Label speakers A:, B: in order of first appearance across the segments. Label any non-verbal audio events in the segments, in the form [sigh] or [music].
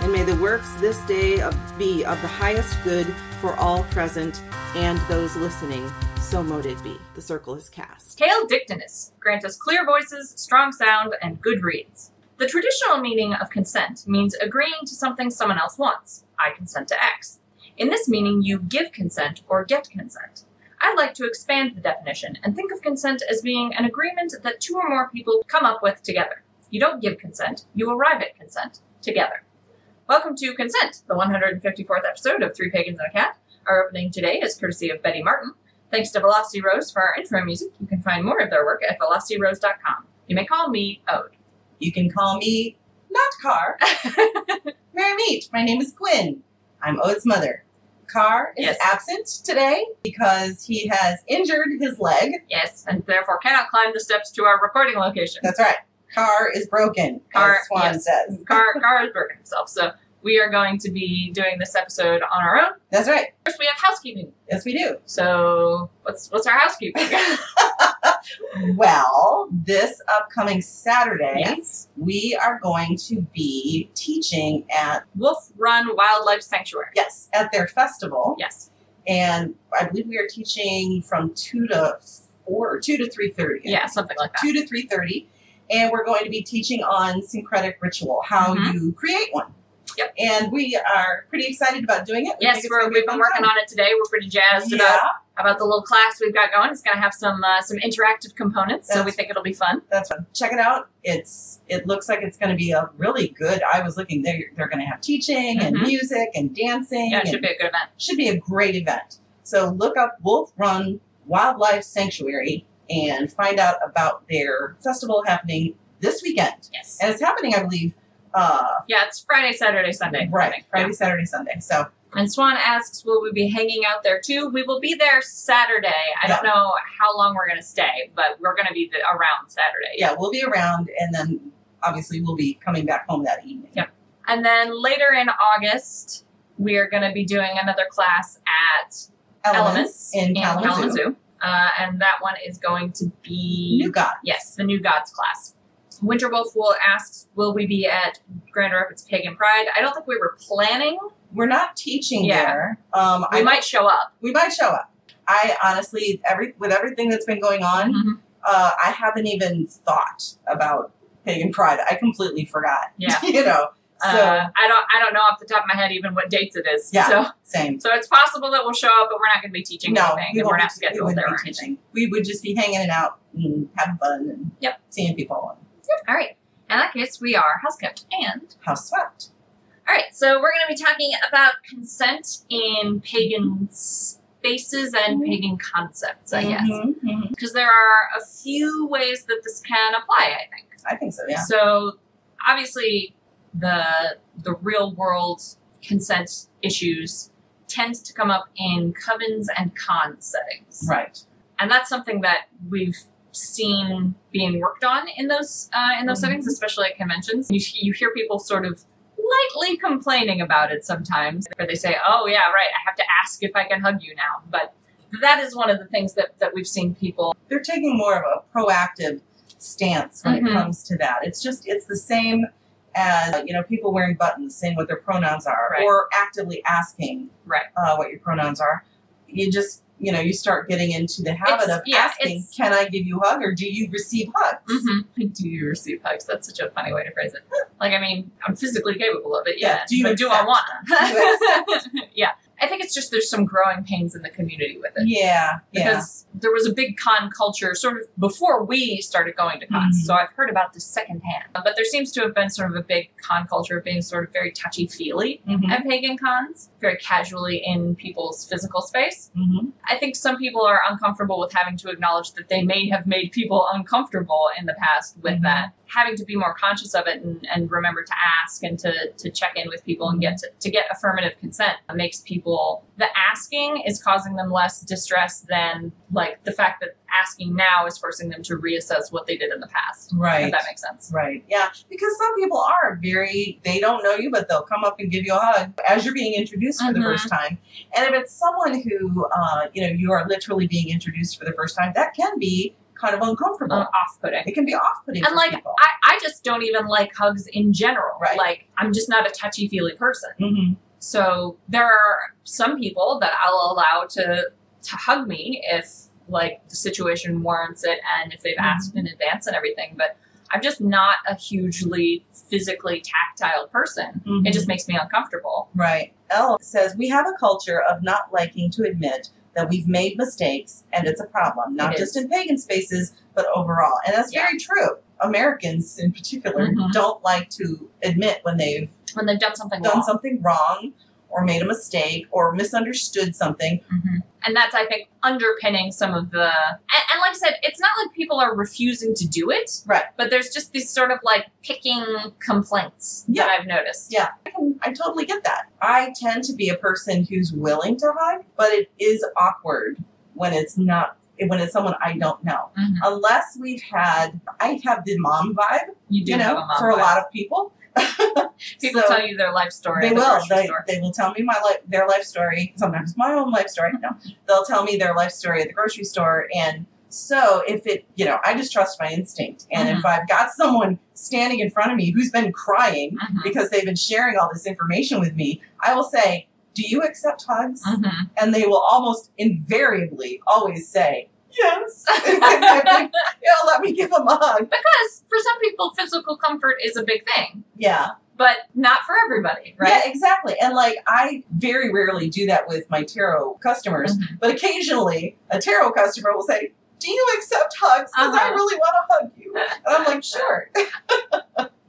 A: And may the works this day of, be of the highest good for all present and those listening. So mote it be. The circle is cast.
B: Hail Dictinus grant us clear voices, strong sound, and good reads. The traditional meaning of consent means agreeing to something someone else wants. I consent to X. In this meaning, you give consent or get consent. I'd like to expand the definition and think of consent as being an agreement that two or more people come up with together. You don't give consent, you arrive at consent together. Welcome to Consent, the 154th episode of Three Pagans and a Cat. Our opening today is courtesy of Betty Martin. Thanks to Velocity Rose for our intro music. You can find more of their work at velocityrose.com. You may call me Ode.
C: You can call me not Car. Mary Meet. My name is Gwen. I'm Ode's mother. Car is
B: Yes.
C: absent today because he has injured his leg.
B: Yes, and therefore cannot climb the steps to our recording
C: [laughs]
B: location.
C: That's right. Car is broken,
B: Car-
C: as Swan
B: yes.
C: says.
B: Car Car has broken himself, so we are going to be doing this episode on our own.
C: That's right.
B: First, we have housekeeping.
C: Yes, we do.
B: So, what's what's our
C: [laughs]
B: housekeeping?
C: Well, this upcoming Saturday,
B: yes,
C: we are going to be teaching at
B: Wolf Run Wildlife Sanctuary.
C: yes at their festival,
B: Yes,
C: and I believe we are teaching from two to four, or two to three thirty.
B: yeah, something like that.
C: two to three thirty, and we're going to be teaching on syncretic ritual, how
B: Mhm.
C: you create one.
B: Yep.
C: And we are pretty excited about doing it. We
B: Yes,
C: think it's
B: we're,
C: gonna be a
B: we've been
C: fun
B: working
C: time.
B: on it today. We're pretty jazzed
C: Yeah,
B: about about the little class we've got going. It's going to have some uh, some interactive components, so we
C: That's-
B: think it'll be fun.
C: that's fun. Check it out. It's it looks like it's going to be a really good. I was looking. They're they're going to have teaching and
B: Mhm.
C: music and dancing.
B: Yeah, it
C: and
B: should be a good event.
C: should be a great event. So look up Wolf Run Wildlife Sanctuary and find out about their festival happening this weekend.
B: Yes.
C: And it's happening, I believe, uh,
B: Yeah, it's Friday, Saturday, Sunday. I
C: Right.
B: think.
C: Friday, Saturday, Sunday. So
B: Yeah. And Swan asks, will we be hanging out there too? We will be there Saturday. I don't know how long we're going to stay, but we're going to be the, around Saturday.
C: yeah, we'll be around and then obviously we'll be coming back home that evening.
B: Yep. And then later in August, we are going to be doing another class at Elements,
C: in Kalamazoo.
B: Uh, and that one is going to be
C: New God.
B: Yes, the New Gods class. Winterwolf will asks, will we be at Grand Rapids Pagan Pride? I don't think we were planning.
C: We're not teaching
B: Yeah.
C: there. Um
B: We
C: I
B: might show up.
C: we might show up. I honestly every with everything that's been going on,
B: Mhm.
C: uh, I haven't even thought about Pagan Pride. I completely forgot. [laughs]
B: Yeah.
C: you know. So
B: uh, I don't. I don't know off the top of my head even what dates it is.
C: Yeah.
B: So,
C: same.
B: so it's possible that we'll show up, but we're not going to be teaching
C: No,
B: anything,
C: we
B: and we're
C: won't
B: not
C: be- we
B: scheduled
C: wouldn't
B: there
C: be
B: or anything.
C: teaching. We would just be hanging it out and having fun and
B: Yep.
C: seeing people and
B: All right. In that case, we are housekept and
C: house swept.
B: All right, so we're going to be talking about consent in pagan spaces and
C: Mm-hmm.
B: pagan concepts, I guess,
C: Mhm, mhm.
B: because there are a few ways that this can apply. I think
C: I think so. Yeah.
B: so. Obviously, the the real world consent issues tend to come up in covens and con settings,
C: Right.
B: and that's something that we've seen being worked on in those uh, in those settings, especially at conventions. You, you hear people sort of lightly complaining about it sometimes, where they say, "Oh yeah, right, I have to ask if I can hug you now." But that is one of the things that that we've seen people.
C: they're taking more of a proactive stance when
B: Mhm.
C: it comes to that. It's just it's the same as you know people wearing buttons saying what their pronouns are
B: Right.
C: or actively asking
B: Right.
C: uh, what your pronouns are. You just you know you start getting into the habit
B: It's-
C: of
B: yeah,
C: asking,
B: it's- Mm-hmm.
C: "Can I give you a hug?" or "Do you receive hugs?"
B: Do you receive hugs? That's such a funny way to phrase it. Like, I mean, I'm physically capable of it. Yeah.
C: Yeah, do you
B: but do I
C: accept
B: want?
C: Do you
B: to? [laughs] yeah. I think it's just there's some growing pains in the community with it.
C: Yeah, yeah.
B: because there was a big con culture sort of before we started going to cons.
C: Mhm.
B: So I've heard about this secondhand. But there seems to have been sort of a big con culture of being sort of very touchy feely
C: Mhm,
B: at pagan cons, very casually in people's physical space.
C: mhm.
B: I think some people are uncomfortable with having to acknowledge that they may have made people uncomfortable in the past with
C: Mhm.
B: that. having to be more conscious of it and, and remember to ask and to, to check in with people and get to, to get affirmative consent makes people the asking is causing them less distress than like the fact that asking now is forcing them to reassess what they did in the past. If
C: Right.
B: that makes sense.
C: Right. Yeah. Because some people are very, they don't know you, but they'll come up and give you a hug as you're being introduced for the
B: Mhm.
C: first time. And if it's someone who, uh, you know, you are literally being introduced for the first time, that can be kind of uncomfortable.
B: Uh, off putting.
C: it can be off putting.
B: And like
C: people.
B: I, I just don't even like hugs in general.
C: Right.
B: Like I'm just not a touchy feely person.
C: Mhm.
B: So there are some people that I'll allow to, to hug me if like the situation warrants it and if they've asked
C: Mm-hmm.
B: in advance and everything. But I'm just not a hugely physically tactile person.
C: Mhm.
B: It just makes me uncomfortable.
C: Right. Elle says we have a culture of not liking to admit that we've made mistakes and it's a problem, not
B: It
C: just in pagan spaces, but overall. And that's
B: Yeah.
C: very true. Americans in particular
B: Mhm.
C: don't like to admit when they've
B: When they've done something
C: done
B: wrong.
C: something wrong or made a mistake or misunderstood something.
B: Mhm. And that's, I think, underpinning some of the. And, and like I said, it's not like people are refusing to do it.
C: Right.
B: But there's just these sort of like picking complaints
C: Yeah.
B: that I've noticed.
C: Yeah. I can I totally get that. I tend to be a person who's willing to hug, but it is awkward when it's not when it's someone I don't know.
B: Mhm.
C: Unless we've had I have the mom vibe
B: You do
C: you
B: have
C: know,
B: a mom
C: for a
B: vibe.
C: lot of people. [laughs]
B: People
C: So
B: tell you their life story.
C: They
B: at the
C: will.
B: grocery
C: They,
B: store.
C: they will tell me my life, their life story. Sometimes my own life story. No, they'll tell me their life story at the grocery store. And so, if it, you know, I just trust my instinct. And
B: Mm-hmm.
C: if I've got someone standing in front of me who's been crying
B: Mhm.
C: because they've been sharing all this information with me, I will say, "Do you accept hugs?"
B: Mhm.
C: And they will almost invariably always say,
B: [laughs]
C: "Yes." [laughs] you know, let me give them a hug.
B: Because for some people, physical comfort is a big thing,
C: Yeah.
B: but not for everybody, right?
C: Yeah, exactly. And like I very rarely do that with my tarot customers,
B: Mhm.
C: but occasionally a tarot customer will say, "Do you accept hugs? Because I
B: Uh-huh.
C: really want to hug you." And I'm like, "Sure." [laughs]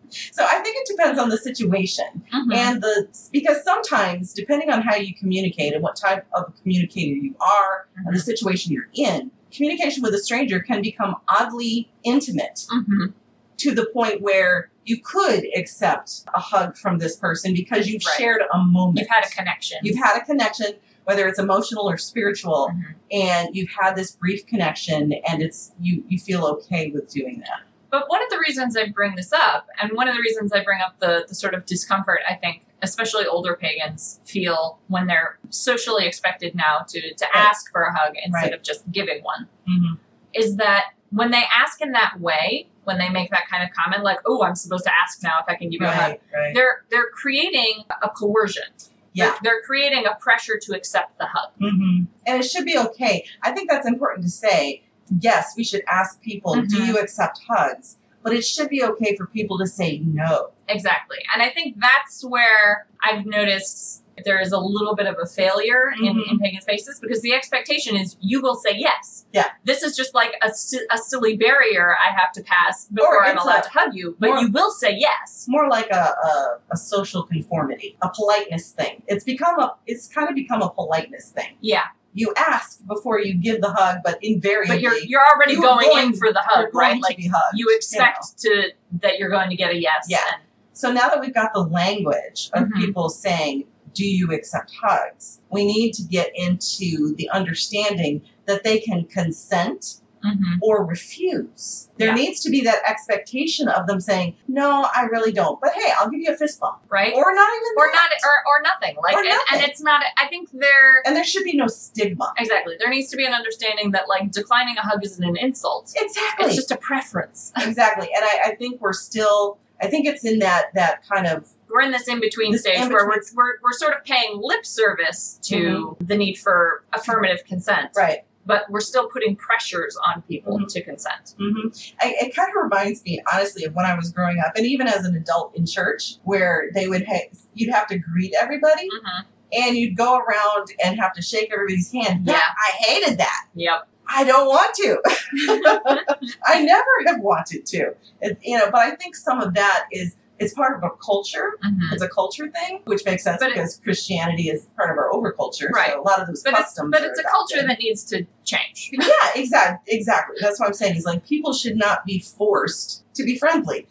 C: so I think it depends on the situation
B: Mhm.
C: and the because sometimes depending on how you communicate and what type of communicator you are
B: Mm-hmm.
C: and the situation you're in, communication with a stranger can become oddly intimate
B: Mhm.
C: to the point where you could accept a hug from this person because you've
B: Right.
C: shared a moment.
B: You've had a connection.
C: You've had a connection, whether it's emotional or spiritual,
B: Mhm.
C: and you've had this brief connection, and it's you you feel okay with doing that.
B: But one of the reasons I bring this up, and one of the reasons I bring up the, the sort of discomfort I think, especially older pagans feel when they're socially expected now to, to ask for a hug instead
C: Right.
B: of just giving one,
C: Mhm.
B: is that when they ask in that way, when they make that kind of comment, like, oh, I'm supposed to ask now if I can give you a hug,
C: Right, right.
B: they're, they're creating a coercion.
C: Yeah.
B: They're, they're creating a pressure to accept the hug.
C: hmm And it should be okay. I think that's important to say. Yes, we should ask people, do
B: Mhm.
C: you accept hugs? But it should be okay for people to say no.
B: Exactly. And I think that's where I've noticed there is a little bit of a failure in,
C: Mhm.
B: in pagan spaces because the expectation is you will say yes.
C: Yeah.
B: This is just like a, si- a silly barrier I have to pass before I'm
C: it's
B: allowed
C: a-
B: to hug you, but
C: or-
B: you will say yes.
C: it's more like a, a, a social conformity, a politeness thing. It's become a it's kind of become a politeness thing.
B: Yeah.
C: You ask before you give the hug, but invariably
B: But you're you're already
C: You are
B: going, in
C: going-
B: for the
C: you're
B: hug,
C: going
B: right?
C: to
B: Like
C: be hugged,
B: you expect
C: know.
B: to that you're going to get a yes.
C: Yeah.
B: and-
C: So now that we've got the language of
B: Mhm.
C: people saying, "Do you accept hugs?" We need to get into the understanding that they can consent
B: Mhm.
C: or refuse. There
B: Yeah.
C: needs to be that expectation of them saying, "No, I really don't," but hey, I'll give you a fist bump,
B: Right?
C: or not even
B: Or
C: that.
B: not or, or nothing. Like
C: Or
B: and- And,
C: nothing.
B: it's not I think there
C: and there should be no stigma.
B: Exactly. There needs to be an understanding that like declining a hug isn't an insult.
C: Exactly.
B: It's just a preference.
C: exactly. And I, I think we're still. I think it's in that that kind of
B: We're in this in between
C: This
B: stage where
C: in-between. Mm-hmm.
B: we're, we're, we're sort of paying lip service to the need for affirmative consent,
C: right. Mm-hmm.
B: but we're still putting pressures on people to consent.
C: hmm I, it kind of reminds me, honestly, of when I was growing up, and even as an adult in church, where they would ha- you'd have to greet everybody,
B: Mm-hmm.
C: and you'd go around and have to shake everybody's hand.
B: Yeah.
C: I hated that.
B: Yep.
C: I don't want to. [laughs] I never have wanted to. It, you know, but I think some of that is it's part of a culture.
B: Mhm.
C: Mm-hmm. It's a culture thing, which makes sense
B: But it-
C: because Christianity is part of our over culture.
B: Right.
C: So a lot of those
B: But it's,
C: customs.
B: but
C: are
B: it's a
C: adopted.
B: culture that needs to change.
C: Yeah, exactly. Exactly. That's what I'm saying. Is like people should not be forced to be friendly.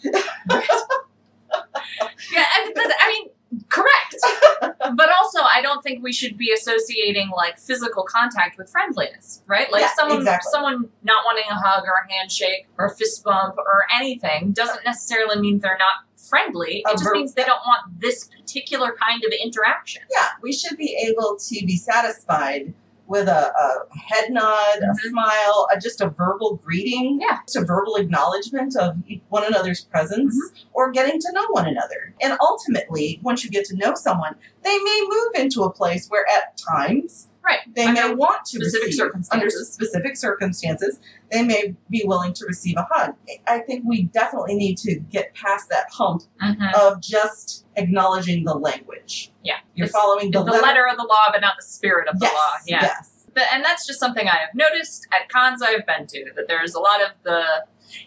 B: Yeah, I, mean, that- I mean,
C: [laughs]
B: correct. but also, I don't think we should be associating like physical contact with friendliness, right? Like
C: Yeah,
B: someone,
C: exactly.
B: someone not wanting a hug or a handshake or a fist bump or anything doesn't necessarily mean they're not friendly. It
C: A
B: just
C: ver-
B: means they don't want this particular kind of interaction.
C: Yeah, we should be able to be satisfied with a, a head nod, a
B: Mhm.
C: smile, a, just a verbal greeting,
B: Yeah.
C: just a verbal acknowledgement of e, one another's presence, or getting to know one another. And ultimately, once you get to know someone, they may move into a place where at times
B: Right.
C: they
B: Under
C: may want to
B: specific
C: receive, under
B: circumstances.
C: specific circumstances, they may be willing to receive a hug. I think we definitely need to get past that hump
B: Mhm.
C: of just acknowledging the language.
B: Yeah.
C: You're
B: It's-
C: following
B: The
C: the, letter
B: letter of the law, but not the spirit of the
C: yes,
B: law. Yeah.
C: Yes.
B: But- and that's just something I have noticed at cons I've been to that there's a lot of the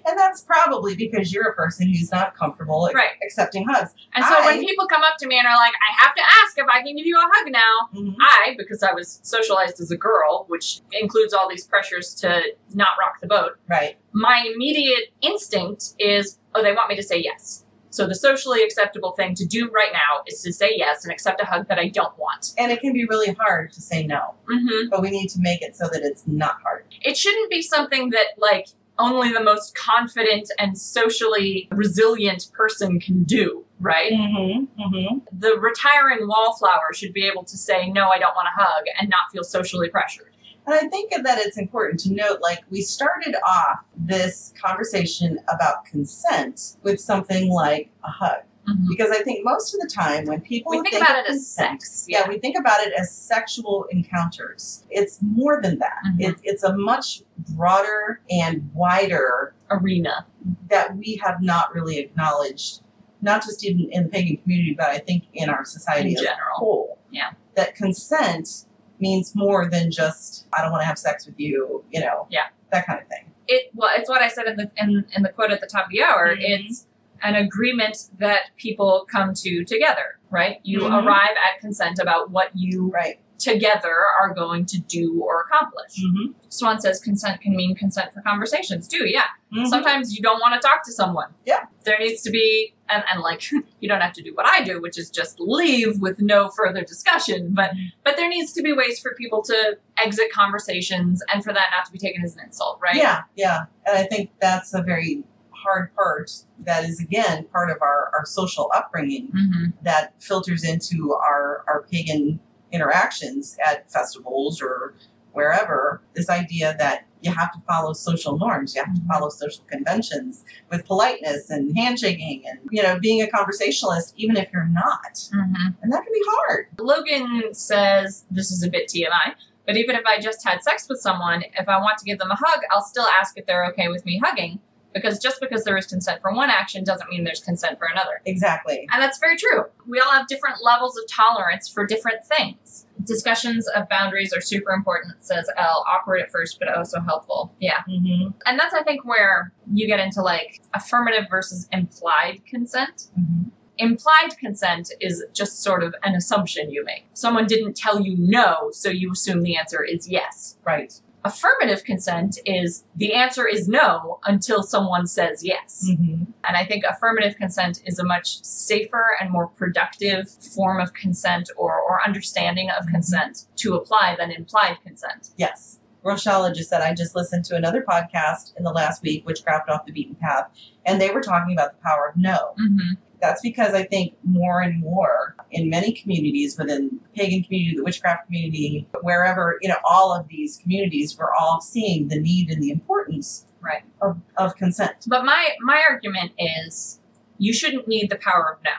C: And that's probably because you're a person who's not comfortable ac-
B: right.
C: accepting hugs.
B: And so
C: I-
B: when people come up to me and are like, I have to ask if I can give you a hug now,
C: Mhm.
B: I, because I was socialized as a girl, which includes all these pressures to not rock the boat,
C: Right.
B: my immediate instinct is, oh, they want me to say yes. So the socially acceptable thing to do right now is to say yes and accept a hug that I don't want.
C: And it can be really hard to say no,
B: hmm
C: but we need to make it so that it's not hard.
B: It shouldn't be something that, like, only the most confident and socially resilient person can do, right?
C: Mm-hmm. Mm-hmm.
B: the retiring wallflower should be able to say no i don't want a hug and not feel socially pressured
C: And I think that it's important to note like, we started off this conversation about consent with something like a hug. Because I think most of the time when people
B: we think, about
C: of
B: it as
C: consent,
B: sex
C: Yeah, we think about it as sexual encounters. It's more than that.
B: Mhm.
C: It, it's a much broader and wider
B: arena
C: that we have not really acknowledged, not just even in the pagan community, but I think in our society
B: in
C: as a
B: general
C: whole.
B: Yeah.
C: That consent means more than just I don't want to have sex with you, you know.
B: Yeah.
C: That kind of thing.
B: it well it's what i said in the in, in the quote at the top of the hour
C: Mhm.
B: it's an agreement that people come to together right you
C: Mhm.
B: arrive at consent about what you
C: Right.
B: together are going to do or accomplish
C: Mm-hmm.
B: swan says consent can mean consent for conversations too yeah
C: Mm-hmm.
B: Sometimes you don't want to talk to someone.
C: Yeah.
B: There needs to be, and, and like, [laughs] you don't have to do what I do, which is just leave with no further discussion. But
C: Mm-hmm.
B: but there needs to be ways for people to exit conversations, and for that not to be taken as an insult, right?
C: Yeah, yeah. And I think that's a very hard part that is again part of our, our social upbringing
B: hmm
C: that filters into our, our pagan interactions at festivals or wherever. This idea that you have to follow social norms, you have to
B: Mhm.
C: follow social conventions with politeness and handshaking and, you know, being a conversationalist, even if you're not.
B: hmm
C: And that can be hard.
B: Logan says this is a bit TMI, but even if I just had sex with someone, if I want to give them a hug, I'll still ask if they're okay with me hugging, because just because there is consent for one action doesn't mean there's consent for another.
C: Exactly.
B: And that's very true. We all have different levels of tolerance for different things. Discussions of boundaries are super important, says Elle. Awkward at first, but oh so helpful. Yeah.
C: Mm-hmm.
B: And that's, I think, where you get into like affirmative versus implied consent.
C: Mm-hmm.
B: Implied consent is just sort of an assumption you make. Someone didn't tell you no, so you assume the answer is yes.
C: Right.
B: Affirmative consent is the answer is no until someone says yes.
C: Mm-hmm.
B: And I think affirmative consent is a much safer and more productive form of consent or, or understanding of
C: Mhm.
B: consent to apply than implied consent.
C: Yes. Rochella just said, I just listened to another podcast in the last week, Witchcraft Off the Beaten Path, and they were talking about the power of no.
B: Mm-hmm.
C: That's because I think more and more in many communities within the pagan community, the witchcraft community, wherever, you know, all of these communities, we're all seeing the need and the importance
B: Right.
C: of, of consent.
B: But my, my argument is you shouldn't need the power of no.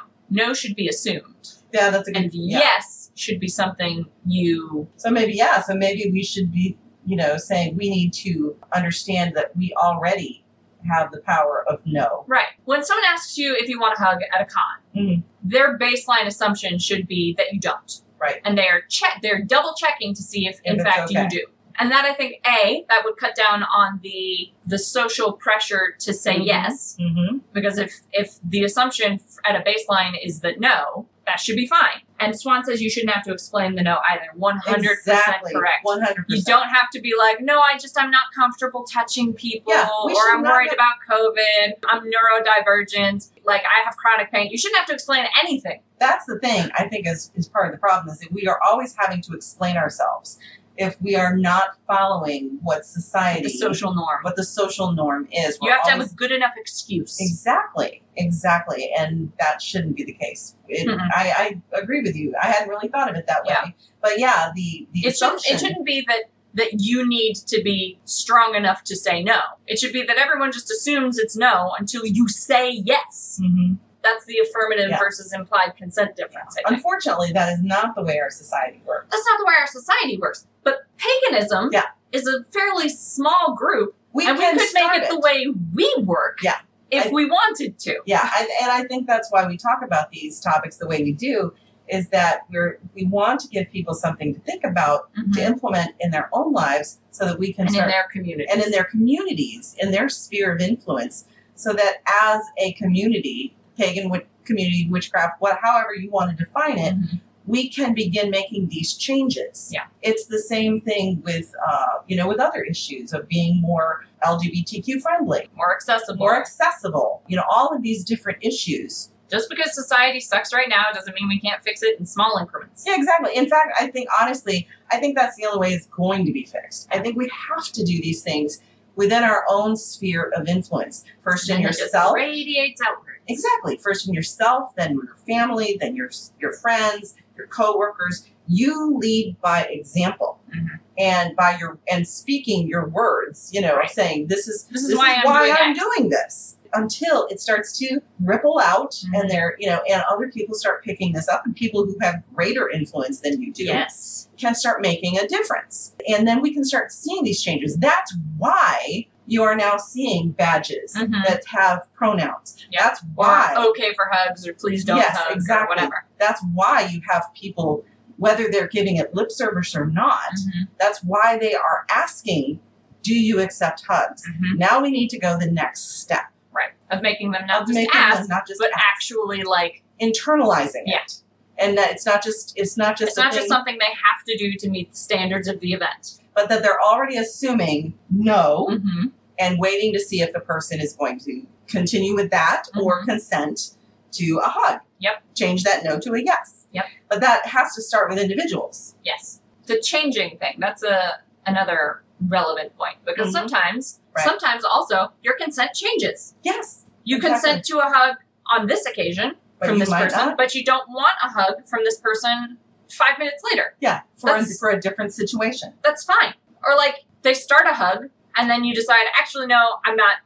B: No should be assumed.
C: Yeah, that's a good
B: And
C: yeah.
B: yes should be something you.
C: So maybe, yeah, so maybe we should be, you know, saying we need to understand that we already have the power of no.
B: Right. When someone asks you if you want a hug at a con,
C: Mhm.
B: their baseline assumption should be that you don't.
C: Right.
B: and they are check they're double checking to see if in
C: If it's
B: fact
C: okay.
B: you do and that i think a that would cut down on the the social pressure to say
C: Mhm.
B: yes
C: Mm-hmm.
B: because if if the assumption f- at a baseline is that no That should be fine. And Swan says you shouldn't have to explain the no either. 100%
C: exactly
B: correct.
C: 100%.
B: You don't have to be like, no, I just, I'm not comfortable touching people,
C: Yeah,
B: or
C: we should
B: I'm
C: not
B: worried
C: have-
B: about COVID, I'm neurodivergent, like I have chronic pain. You shouldn't have to explain anything.
C: that's the thing I think is, is part of the problem is that we are always having to explain ourselves if we are not following what society
B: The social norm.
C: what the social norm is.
B: You
C: We're
B: have to have
C: always-
B: a good enough excuse.
C: Exactly, exactly, and that shouldn't be the case. It,
B: Mm-mm.
C: I, I agree with you. I hadn't really thought of it that way,
B: Yeah.
C: but yeah, the the
B: It shouldn't,
C: assumption
B: it shouldn't be that that you need to be strong enough to say no. It should be that everyone just assumes it's no until you say yes.
C: Mhm.
B: That's the affirmative
C: Yeah.
B: versus implied consent difference. I think.
C: Unfortunately, that is not the way our society works.
B: That's not the way our society works. But paganism
C: Yeah.
B: is a fairly small group,
C: We
B: and we
C: can
B: could
C: start
B: make it, the way we work
C: Yeah.
B: if
C: I-
B: we wanted to.
C: yeah and, and i think that's why we talk about these topics the way we do is that we're we want to give people something to think about to implement in their own lives so that we can
B: Mm-hmm. And in
C: Mm-hmm. start
B: their community.
C: and in their communities in their sphere of influence so that as a community pagan wi- community witchcraft what however you want to define it
B: Mm-hmm.
C: we can begin making these changes.
B: Yeah.
C: It's the same thing with, uh, you know, with other issues of being more LGBTQ friendly,
B: more accessible.
C: more accessible, you know, all of these different issues
B: Just because society sucks right now doesn't mean we can't fix it in small increments.
C: Yeah, exactly. In fact, I think honestly, I think that's the only way it's going to be fixed. I think we have to do these things within our own sphere of influence. First in
B: And it just
C: yourself.
B: radiates outward.
C: Exactly. First in yourself, then your family, then your your friends, your coworkers. You lead by example.
B: Mhm.
C: And by your and speaking your words, you know,
B: Right.
C: saying this is
B: This is why I'm doing
C: I'm
B: X.
C: doing this. Until it starts to ripple out,
B: Mhm.
C: and they're you know, and other people start picking this up, and people who have greater influence than you do
B: Yes.
C: can start making a difference. And then we can start seeing these changes. That's why you are now seeing badges
B: Mhm.
C: that have pronouns.
B: Yeah.
C: That's why.
B: Or okay for hugs or please don't
C: Yes,
B: hug or
C: exactly.
B: whatever.
C: That's why you have people, whether they're giving it lip service or not,
B: Mm-hmm.
C: that's why they are asking, Do you accept hugs?
B: Mhm.
C: Now we need to go the next step.
B: Right. Of making them not
C: of
B: just
C: making them
B: ask,
C: not just
B: but
C: ask,
B: actually like
C: internalizing
B: Yeah.
C: it. And that it's not just it's not just
B: it's
C: a
B: not
C: thing,
B: just something they have to do to meet the standards of the event.
C: but that they're already assuming no.
B: Mm-hmm.
C: and waiting to see if the person is going to continue with that or consent to a hug.
B: Mm-hmm. Yep.
C: Change that no to a yes.
B: Yep.
C: But that has to start with individuals.
B: Yes. The changing thing. That's a another relevant point because
C: Mhm.
B: sometimes
C: Right.
B: sometimes also your consent changes.
C: Yes.
B: You consent to a hug on this occasion
C: But
B: from
C: you
B: this
C: might
B: person,
C: not.
B: but you don't want a hug from this person 5 minutes later.
C: Yeah. For a,
B: That's-
C: for a different situation.
B: that's fine. Or like they start a hug and then you decide, actually, no, I'm not.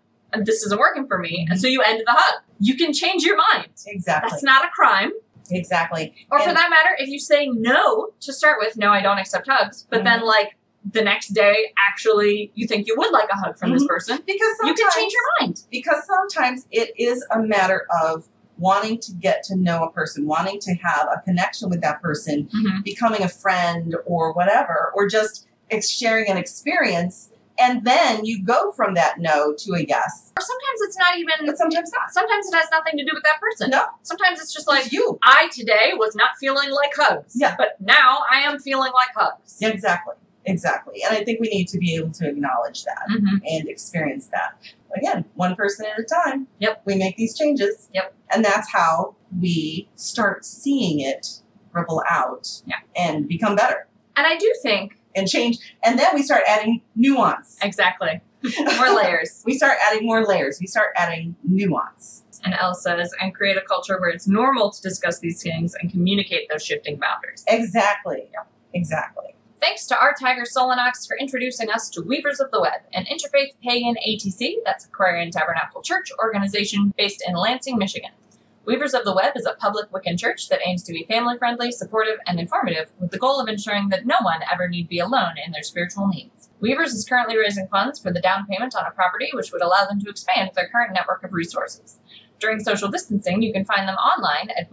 B: This isn't working for me, and so you end the hug. You can change your mind.
C: Mm-hmm. Exactly.
B: That's not a crime.
C: exactly.
B: Or for
C: And-
B: that matter, if you say no to start with, no, I don't accept hugs, but
C: Mm-hmm.
B: then like the next day, actually, you think you would like a hug from this
C: Mhm.
B: person,
C: Because
B: you
C: sometimes
B: can change your mind.
C: because sometimes it is a matter of wanting to get to know a person, wanting to have a connection with that person,
B: Mhm.
C: becoming a friend or whatever, or just ex- sharing an experience. And then you go from that no to a yes,
B: Or sometimes it's not even.
C: but sometimes not.
B: Sometimes it has nothing to do with that person.
C: No.
B: Sometimes it's just
C: Like
B: like
C: you.
B: I today was not feeling like hugs.
C: Yeah.
B: But now I am feeling like hugs.
C: Exactly. Exactly. And I think we need to be able to acknowledge that
B: Mhm.
C: and experience that. Again, one person at a time.
B: Yep.
C: We make these changes.
B: Yep.
C: And that's how we start seeing it ripple out
B: Yeah.
C: and become better
B: And I do think
C: and change. And then we start adding nuance.
B: exactly
C: [laughs]
B: more layers.
C: we start adding more layers. We start adding nuance.
B: And Elle says, and create a culture where it's normal to discuss these things and communicate those shifting boundaries.
C: Exactly. Exactly.
B: Thanks to our tiger Solanox for introducing us to Weavers of the Web, an interfaith pagan ATC that's Aquarian Tabernacle Church organization based in Lansing, Michigan. Weavers of the Web is a public Wiccan church that aims to be family friendly, supportive, and informative with the goal of ensuring that no one ever need be alone in their spiritual needs. Weavers is currently raising funds for the down payment on a property which would allow them to expand their current network of resources. During social distancing, you can find them online at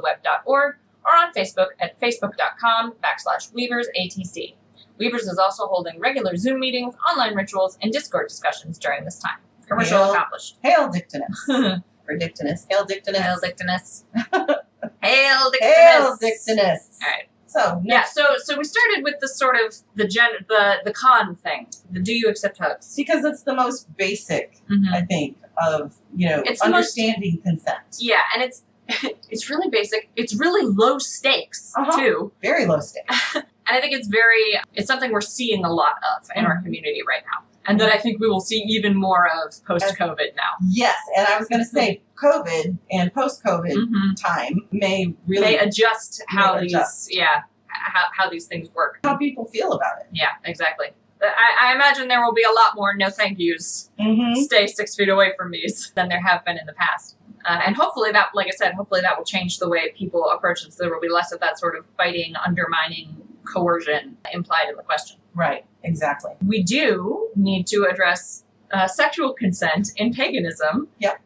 B: weaversoftheweb.org or on Facebook at facebook.com backslash Weavers ATC. Weavers is also holding regular Zoom meetings, online rituals, and Discord discussions during this time. Commercial
C: Hail.
B: accomplished. [laughs]
C: Hail Dictinus. or Dictinus. Hail Dictinus.
B: Benedictinus. [laughs] Hail Dictinus.
C: Hail Dictinus.
B: All right.
C: So
B: Yeah,
C: next,
B: so so we started with the sort of the gen the the con thing. The do you accept hugs?
C: because it's the most basic,
B: Mhm.
C: I think, of you know
B: It's the most-
C: understanding consent.
B: Yeah, and it's [laughs] it's really basic. It's really low stakes
C: Uh-huh.
B: too.
C: Very low stakes.
B: And I think it's very, it's something we're seeing a lot of in
C: Mm-hmm.
B: our community right now. And that I think we will see even more of post COVID now.
C: Yes, and I was going to say COVID and post-COVID time may really
B: Mm-hmm. They adjust how
C: They
B: these,
C: adjust.
B: yeah, how, how these things work.
C: how people feel about it.
B: Yeah, exactly. I, I imagine there will be a lot more no thank yous,
C: Mm-hmm.
B: stay six feet away from me's [laughs] than there have been in the past. Uh, and hopefully that, like I said, hopefully that will change the way people approach it. So there will be less of that sort of fighting, undermining, coercion implied in the question.
C: Right. Exactly.
B: we do need to address uh, sexual consent in paganism.
C: Yep.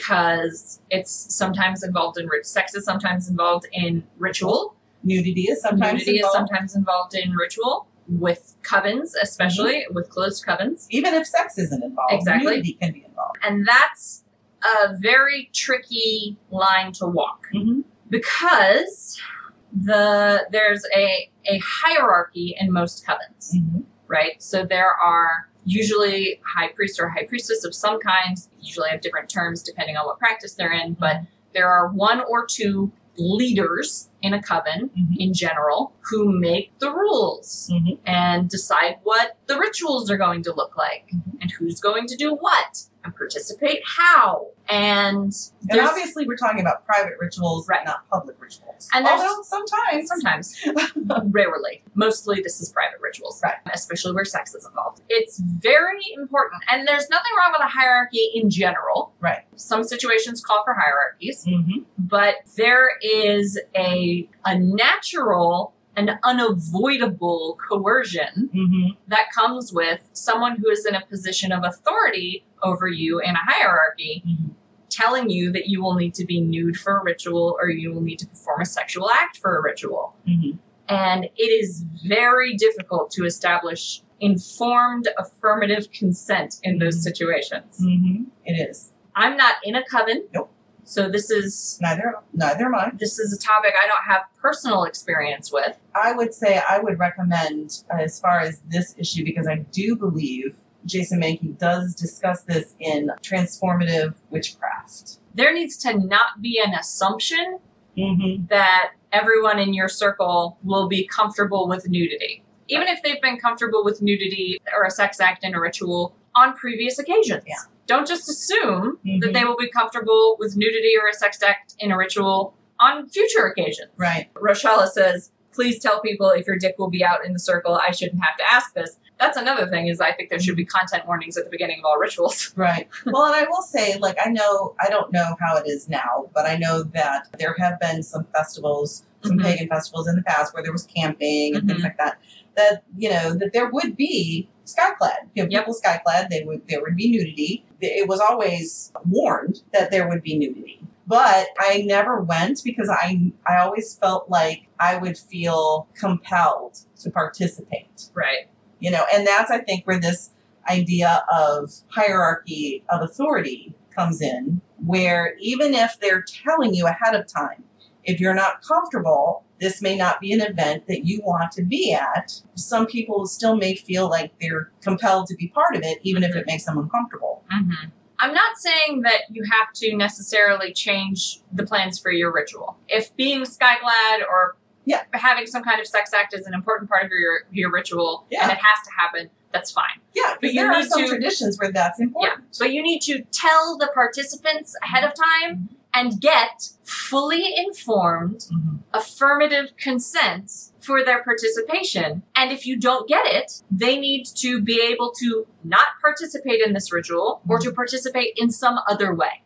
B: Because it's sometimes involved in rit- sex is sometimes involved in ritual.
C: Nudity is sometimes
B: Nudity is
C: involved.
B: sometimes involved in ritual with covens, especially
C: Mm-hmm.
B: with closed covens,
C: even if sex isn't involved,
B: Exactly.
C: nudity can be involved.
B: and that's a very tricky line to walk
C: Mhm.
B: because the there's a a hierarchy in most covens. right? So there are usually high priests or high priestess of some kind, usually have different terms depending on what practice they're in, but there are one or two leaders in a coven
C: Mhm.
B: in general who make the rules
C: Mhm.
B: and decide what the rituals are going to look like and who's going to do what and participate how. And
C: And
B: there's
C: obviously, we're talking about private rituals,
B: Right.
C: not public rituals.
B: And there's-
C: Although sometimes,
B: Sometimes. [laughs] Rarely. Mostly this is private rituals.
C: Right.
B: Especially where sex is involved. It's very important. And there's nothing wrong with a hierarchy in general.
C: Right.
B: Some situations call for hierarchies,
C: Mhm.
B: but there is a a natural and unavoidable coercion
C: Mhm.
B: that comes with someone who is in a position of authority over you in a hierarchy
C: Mhm.
B: telling you that you will need to be nude for a ritual or you will need to perform a sexual act for a ritual
C: Mhm.
B: and it is very difficult to establish informed affirmative consent in those situations.
C: Mhm. It is
B: I'm not in a coven.
C: Nope.
B: So this is
C: neither neither am I.
B: this is a topic I don't have personal experience with.
C: I would say I would recommend uh, as far as this issue because I do believe Jason Mankey does discuss this in transformative witchcraft.
B: There needs to not be an assumption
C: Mm-hmm.
B: that everyone in your circle will be comfortable with nudity. Even if they've been comfortable with nudity or a sex act in a ritual on previous occasions.
C: Yeah.
B: Don't just assume
C: Mhm.
B: that they will be comfortable with nudity or a sex act in a ritual on future occasions.
C: Right.
B: Rochella says, please tell people if your dick will be out in the circle, I shouldn't have to ask this. That's another thing is I think there should be content warnings at the beginning of all rituals.
C: Right. [laughs] Well, and I will say, like, I know, I don't know how it is now, but I know that there have been some festivals, some
B: Mhm.
C: pagan festivals in the past where there was camping and
B: Mhm.
C: things like that, that, you know, that there would be skyclad. You know,
B: Yep.
C: people skyclad, they would, there would be nudity. It was always warned that there would be nudity. But I never went because I, I always felt like I would feel compelled to participate
B: Right.
C: you know and that's i think where this idea of hierarchy of authority comes in where even if they're telling you ahead of time if you're not comfortable this may not be an event that you want to be at some people still may feel like they're compelled to be part of it even if it makes them uncomfortable
B: Mm-hmm. I'm not saying that you have to necessarily change the plans for your ritual. If being sky glad or
C: Yeah.
B: having some kind of sex act is an important part of your your ritual and
C: Yeah.
B: it has to happen, that's fine.
C: yeah
B: But
C: but
B: you
C: there are
B: need
C: some
B: to-
C: traditions where that's important
B: But you need to tell the participants ahead of time
C: Mm-hmm.
B: and get fully informed
C: Mhm.
B: affirmative consent for their participation. And if you don't get it, they need to be able to not participate in this ritual or
C: Mm-hmm.
B: to participate in some other way.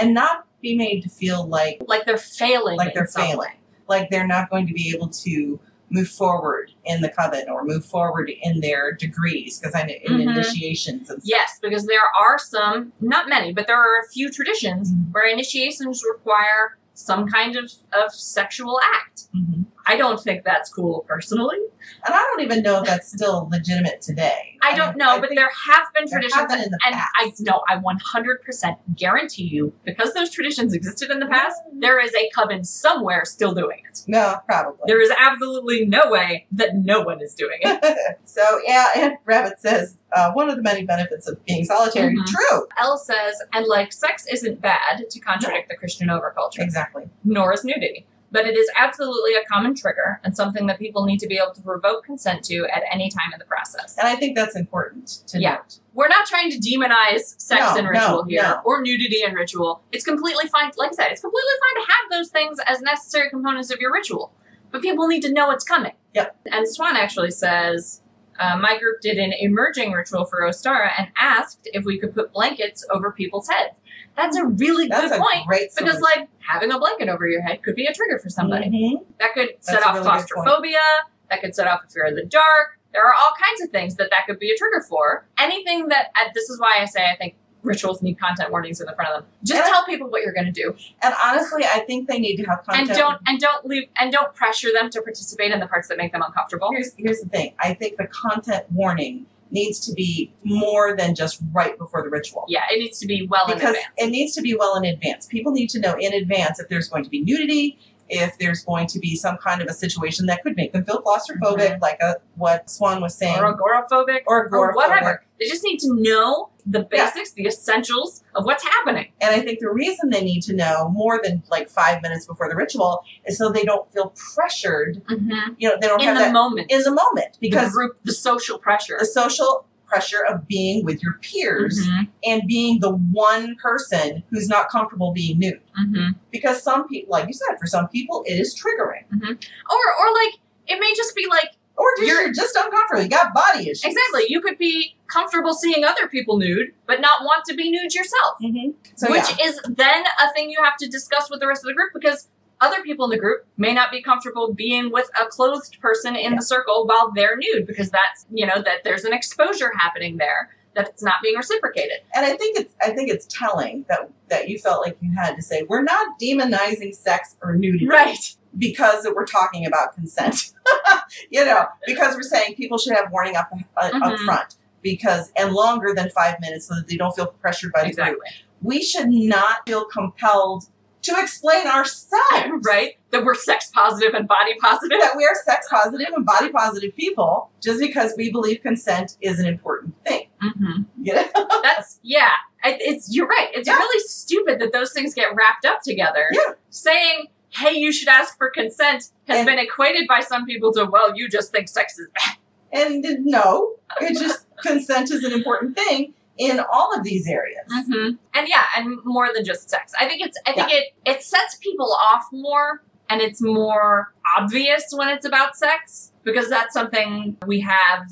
C: and not be made to feel like
B: Like they're failing.
C: like they're
B: in some way.
C: failing like they're not going to be able to move forward in the coven or move forward in their degrees because i know in
B: Mhm.
C: initiations and stuff.
B: Yes, because there are some, not many, but there are a few traditions
C: Mhm.
B: where initiations require some kind of, of sexual act.
C: Mhm.
B: I don't think that's cool personally.
C: And I don't even know if that's still legitimate today.
B: I don't know, but
C: think
B: there have been
C: there have
B: traditions,
C: been in the
B: and I
C: past.
B: know I 100% guarantee you because those traditions existed in the past. There is a coven somewhere still doing it.
C: No, probably.
B: There is absolutely no way that no one is doing
C: [laughs]
B: it.
C: so yeah, and [laughs] Rabbit says uh, one of the many benefits of being solitary.
B: Mhm.
C: True,
B: Elle says, and like sex isn't bad to contradict the Christian overculture,
C: exactly.
B: nor is nudity. But it is absolutely a common trigger and something that people need to be able to revoke consent to at any time in the process.
C: And I think that's important to
B: Yeah.
C: note.
B: We're not trying to demonize sex
C: No,
B: and ritual
C: no,
B: here
C: no.
B: or nudity and ritual. It's completely fine, like I said, it's completely fine to have those things as necessary components of your ritual. But people need to know it's coming.
C: Yep.
B: And Swan actually says, uh, my group did an emerging ritual for Ostara and asked if we could put blankets over people's heads. That's a really
C: That's
B: good
C: a
B: point
C: great
B: because,
C: solution.
B: like, having a blanket over your head could be a trigger for somebody.
C: Mhm.
B: That could set
C: That's a
B: off
C: really good point.
B: claustrophobia. That could set off a fear of the dark. There are all kinds of things that that could be a trigger for. Anything that, uh, this is why I say I think rituals need content warnings in the front of them. Just
C: Yeah.
B: tell people what you're going to do,
C: and honestly, I think they need to have content.
B: and don't and don't leave and don't pressure them to participate in the parts that make them uncomfortable.
C: Here's here's the thing. I think the content warning needs to be more than just right before the ritual.
B: Yeah, it needs to be well in
C: because
B: advance.
C: it needs to be well in advance. People need to know in advance if there's going to be nudity, if there's going to be some kind of a situation that could make them feel claustrophobic, like a, what Swan was saying,
B: Mm-hmm. Or agoraphobic,
C: or
B: or
C: agoraphobic.
B: whatever. They just need to know the
C: Yeah.
B: basics, the essentials of what's happening.
C: And I think the reason they need to know more than like five minutes before the ritual is so they don't feel pressured.
B: Mm-hmm.
C: You know, they don't
B: In
C: have
B: the
C: that
B: moment,
C: in the
B: because
C: moment because
B: the group, the social pressure.
C: the social pressure of being with your peers
B: Mhm,
C: and being the one person who's not comfortable being nude.
B: mhm.
C: Because some people, like you said, for some people it is triggering.
B: or or like it may just be like
C: Or just
B: You're-
C: you're, just uncomfortable. You got body issues.
B: exactly you could be comfortable seeing other people nude but not want to be nude yourself
C: hmm So
B: which
C: yeah,
B: is then a thing you have to discuss with the rest of the group because other people in the group may not be comfortable being with a clothed person in the circle while they're nude because that's you know that there's an exposure happening there that it's not being reciprocated
C: and I think it's I think it's telling that that you felt like you had to say we're not demonizing sex or nudity.
B: right
C: because we're talking about consent. [laughs] you know, because we're saying people should have warning up uh, up
B: Mhm.
C: front because and longer than five minutes so that they don't feel pressured by the group.
B: exactly
C: We should not feel compelled to explain ourselves,
B: right that we're sex positive and body positive
C: That we are sex positive and body positive people just because we believe consent is an important thing.
B: mm-hmm.
C: You know? [laughs]
B: That's yeah. It- It's you're right. It's
C: Yeah.
B: really stupid that those things get wrapped up together.
C: Yeah.
B: Saying hey, you should ask for consent has
C: And-
B: been equated by some people to well, you just think sex is bad.
C: And no, it's just consent is an important thing in all of these areas.
B: Mm-hmm. And yeah, and more than just sex. I think it's I think it it sets people off more and it's more obvious when it's about sex because that's something we have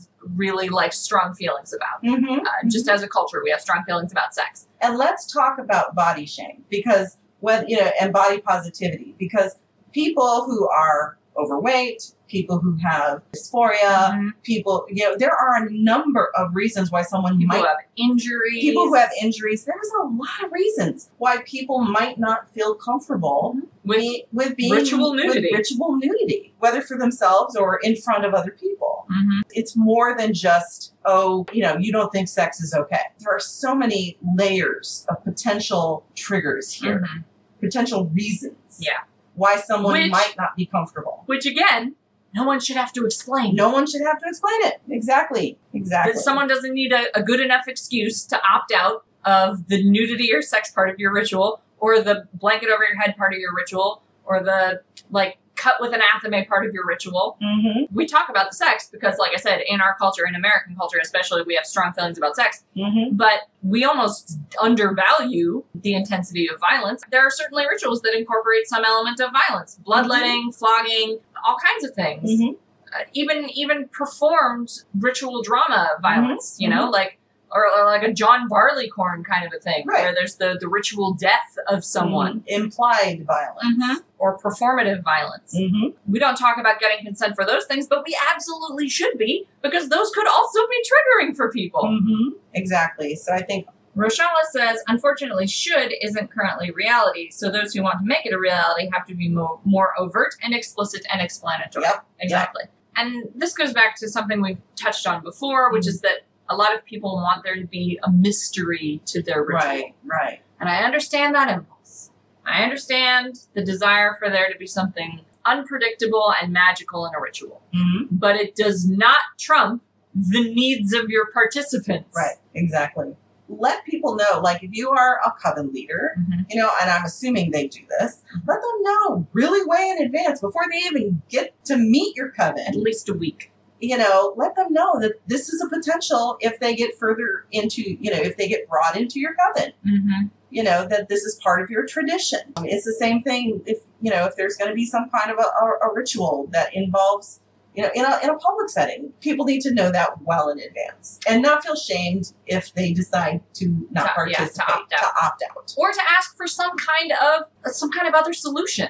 B: really like strong feelings about.
C: Mhm.
B: Uh, Just as a culture, we have strong feelings about sex.
C: and let's talk about body shame because when you know and body positivity because people who are overweight people who have dysphoria
B: Mhm.
C: people you know there are a number of reasons why someone
B: People who
C: might
B: have injuries.
C: people who have injuries there's a lot of reasons why people might not feel comfortable
B: Mm-hmm. with
C: be- with being
B: ritual
C: with
B: nudity.
C: ritual nudity whether for themselves or in front of other people
B: Mhm.
C: it's more than just oh you know you don't think sex is okay there are so many layers of potential triggers here
B: Mhm.
C: potential reasons
B: Yeah.
C: why someone
B: Which-
C: might not be comfortable
B: Which again, no one should have to explain.
C: no one should have to explain it exactly exactly
B: That someone doesn't need a, a good enough excuse to opt out of the nudity or sex part of your ritual, or the blanket over your head part of your ritual, or the like cut with an athame part of your ritual.
C: mm-hmm,
B: We talk about the sex because, like I said, in our culture, in American culture especially, we have strong feelings about sex.
C: mm-hmm.
B: but we almost undervalue the intensity of violence. There are certainly rituals that incorporate some element of violence, bloodletting, flogging, all kinds of things.
C: Mhm.
B: Uh, even even performed ritual drama violence, you know, like or, or like a John Barleycorn kind of a thing,
C: Right. Mm-hmm.
B: where there's the the ritual death of someone.
C: implied violence
B: Mhm. Or performative violence.
C: Mhm.
B: We don't talk about getting consent for those things, but we absolutely should be because those could also be triggering for people.
C: Mhm. Mm-hmm. exactly so i think
B: Roshella says, unfortunately, should isn't currently reality, so those who want to make it a reality have to be more, more overt and explicit and explanatory.
C: Yep.
B: Exactly. And this goes back to something we've touched on before, which
C: Mm-hmm.
B: is that a lot of people want there to be a mystery to their ritual.
C: Right. Right.
B: And I understand that impulse. I understand the desire for there to be something unpredictable and magical in a ritual.
C: Mm-hmm.
B: But it does not trump the needs of your participants.
C: Right. Exactly. Let people know, like if you are a coven leader,
B: Mhm.
C: you know, and I'm assuming they do this. Let them know really way in advance before they even get to meet your coven.
B: At least a week.
C: you know, let them know that this is a potential if they get further into, you know, if they get brought into your coven,
B: Mm-hmm.
C: you know, that this is part of your tradition. Um, It's the same thing if, you know, if there's going to be some kind of a, a, a ritual that involves, you know, in a, in a public setting, people need to know that well in advance and not feel shamed if they decide to not
B: To- yeah, to
C: participate,
B: opt out.
C: opt out.
B: Or to ask for some kind of some kind of other solution.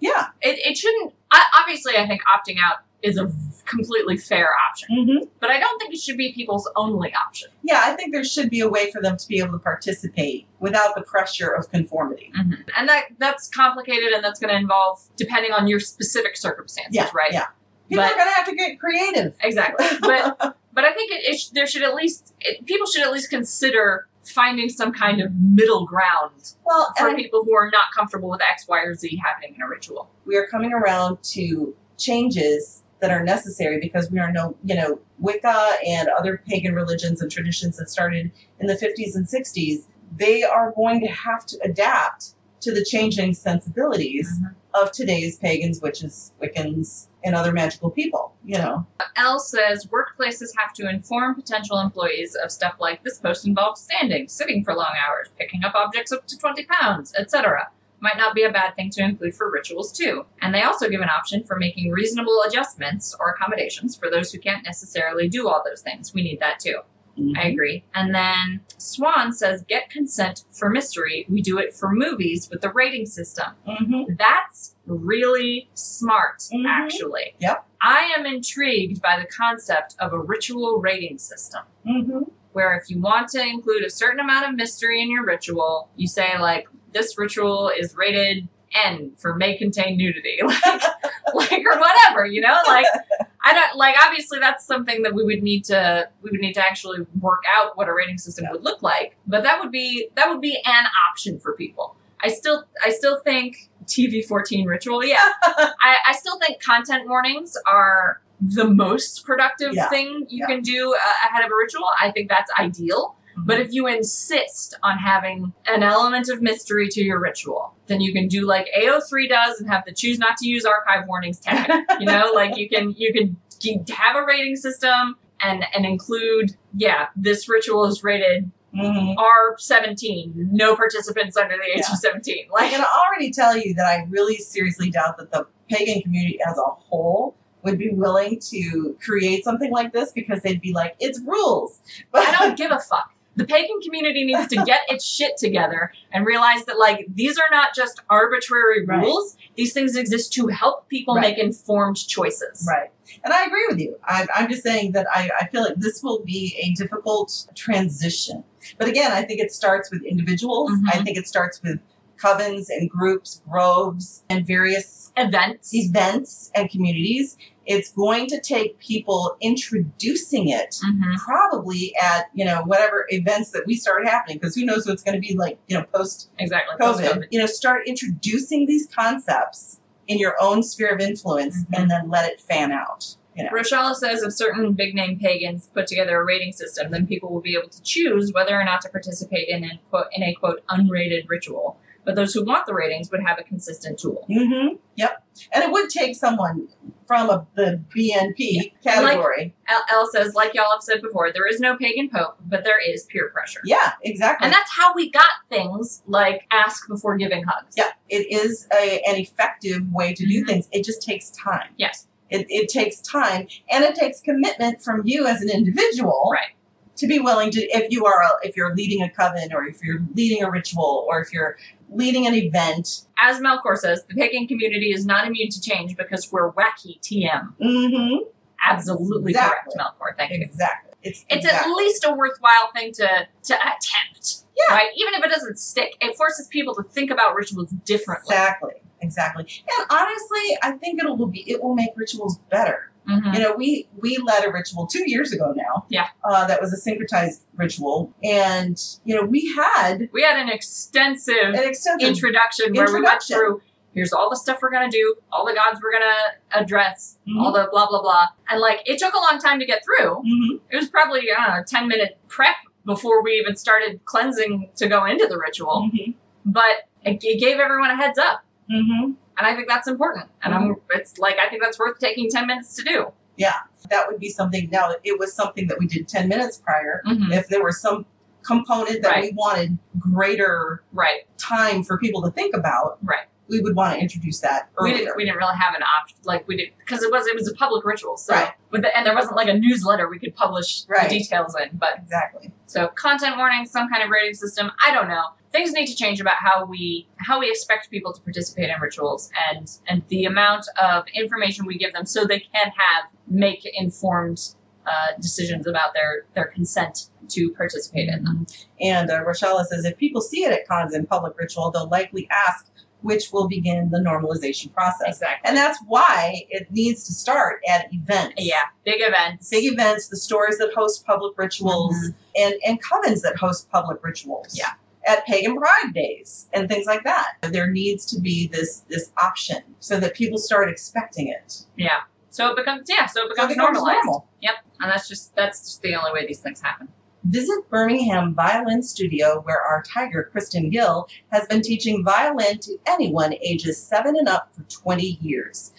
C: Yeah.
B: It, it shouldn't. I, obviously, I think opting out is a completely fair option,
C: Mm-hmm.
B: but I don't think it should be people's only option.
C: Yeah, I think there should be a way for them to be able to participate without the pressure of conformity.
B: And that that's complicated, and that's going to involve depending on your specific circumstances,
C: Yeah,
B: right?
C: yeah. People
B: But-
C: are going to have to get creative.
B: Exactly. But but I think it, it sh- there should at least it, people should at least consider finding some kind of middle ground
C: [laughs] Well,
B: for
C: and
B: people who are not comfortable with X, Y, or Z happening in a ritual.
C: we are coming around to changes that are necessary because we are no, you know, Wicca and other pagan religions and traditions that started in the 50s and 60s, they are going to have to adapt to the changing sensibilities of today's pagans, witches, Wiccans, and other magical people, you know.
B: L says workplaces have to inform potential employees of stuff like this post involves standing, sitting for long hours, picking up objects up to 20 pounds, etc. Might not be a bad thing to include for rituals too. And they also give an option for making reasonable adjustments or accommodations for those who can't necessarily do all those things. We need that too. I agree. And then Swan says get consent for mystery. We do it for movies with the rating system.
C: Mm-hmm.
B: That's really smart,
C: Mhm.
B: actually.
C: Yep.
B: I am intrigued by the concept of a ritual rating system
C: Mm-hmm.
B: where if you want to include a certain amount of mystery in your ritual, you say, like, this ritual is rated N for may contain nudity. [laughs] Like, like or whatever, you know? Like I don't like obviously that's something that we would need to we would need to actually work out what a rating system would look like, but that would be that would be an option for people. I still I still think TV 14 ritual,
C: [laughs]
B: yeah. I, I still think content warnings are the most productive
C: Yeah.
B: thing you
C: Yeah.
B: can do uh, ahead of a ritual. I think that's ideal. But if you insist on having an element of mystery to your ritual, then you can do like AO3 does and have the choose not to use archive warnings tag. you know, like you can you can g- have a rating system and and include yeah, this ritual is rated
C: [laughs] Mm-hmm.
B: R17, no participants under the age
C: Yeah.
B: of 17.
C: I
B: Like
C: can already tell you that I really seriously doubt that the pagan community as a whole would be willing to create something like this because they'd be like, it's rules. [laughs] But
B: I don't give a fuck. The pagan community needs to get its shit together and realize that like these are not just arbitrary
C: Right.
B: rules. These things exist to help people
C: Right.
B: make informed choices.
C: Right. And I agree with you. I, I'm just saying that I, I feel like this will be a difficult transition. But again, I think it starts with individuals.
B: Mhm.
C: I think it starts with covens and groups, groves, and various
B: Events.
C: events and communities. It's going to take people introducing it
B: Mhm.
C: probably at you know whatever events that we start happening because who knows what's going to be like you know post
B: Exactly.
C: covid you know start introducing these concepts in your own sphere of influence
B: Mhm.
C: and then let it fan out you know
B: Rochella says if certain big name pagans put together a rating system, then people will be able to choose whether or not to participate in a quote in a quote unrated ritual. But those who want the ratings would have a consistent tool.
C: mm-hmm yep and it would take someone from a, the bnp
B: And, like-
C: category
B: L, L says, like y'all have said before, there is no pagan pope, but there is peer pressure.
C: yeah exactly
B: And that's how we got things like ask before giving hugs.
C: yeah it is a, an effective way to do
B: Mhm.
C: things it just takes time
B: Yes.
C: It, it takes time and it takes commitment from you as an individual
B: Right.
C: to be willing to if you are a, if you're leading a coven or if you're leading a ritual or if you're leading an event
B: As Melkor says, the pagan community is not immune to change because we're wacky TM.
C: mm-hmm.
B: Absolutely
C: Exactly.
B: correct, Melkor. Thank you.
C: exactly It's
B: it's
C: exact-
B: at least a worthwhile thing to to attempt.
C: Yeah.
B: Right? Even if it doesn't stick, it forces people to think about rituals differently.
C: exactly exactly. And honestly, I think it will be it will make rituals better.
B: Mhm.
C: You know, we we led a ritual two years ago now.
B: Yeah.
C: uh, that was a syncretized ritual, and you know we had
B: We had an extensive
C: an extensive
B: introduction where we went
C: Introduction.
B: through here's all the stuff we're gonna do, all the gods we're gonna address,
C: Mhm.
B: all the blah blah blah. And like it took a long time to get through.
C: Mhm.
B: It was probably I don't know, ten minute prep before we even started cleansing to go into the ritual.
C: Mhm.
B: But it, it gave everyone a heads up.
C: Mhm.
B: And I think that's important. And I'm
C: Mm-hmm.
B: it's like I think that's worth taking ten minutes to do.
C: That would be something. Now it was something that we did ten minutes prior.
B: Mhm.
C: If there was some component that we wanted greater
B: Right.
C: time for people to think about,
B: Right.
C: We would want to introduce that
B: We
C: earlier.
B: didn't. We didn't really have an option. Like we did because it was it was a public ritual. So
C: Right.
B: with the, and there wasn't like a newsletter we could publish
C: Right.
B: the details in. But
C: exactly.
B: so content warnings, some kind of rating system. I don't know. Things need to change about how we how we expect people to participate in rituals and and the amount of information we give them so they can have make informed uh, decisions about their their consent to participate in them.
C: And uh, Rochella says if people see it at cons in public ritual, they'll likely ask which will begin the normalization process.
B: Exactly.
C: And that's why it needs to start at events.
B: Yeah. Big events.
C: Big events, the stores that host public rituals, and, and covens that host public rituals.
B: Mm-hmm. Yeah.
C: At pagan pride days and things like that. There needs to be this this option so that people start expecting it.
B: yeah. So it becomes yeah. So it
C: So it
B: becomes
C: becomes
B: normalized.
C: normal.
B: And that's just that's just the only way these things happen.
C: Visit Birmingham Violin Studio, where our tiger, Kristen Gill, has been teaching violin to anyone ages 7 and up for 20 years.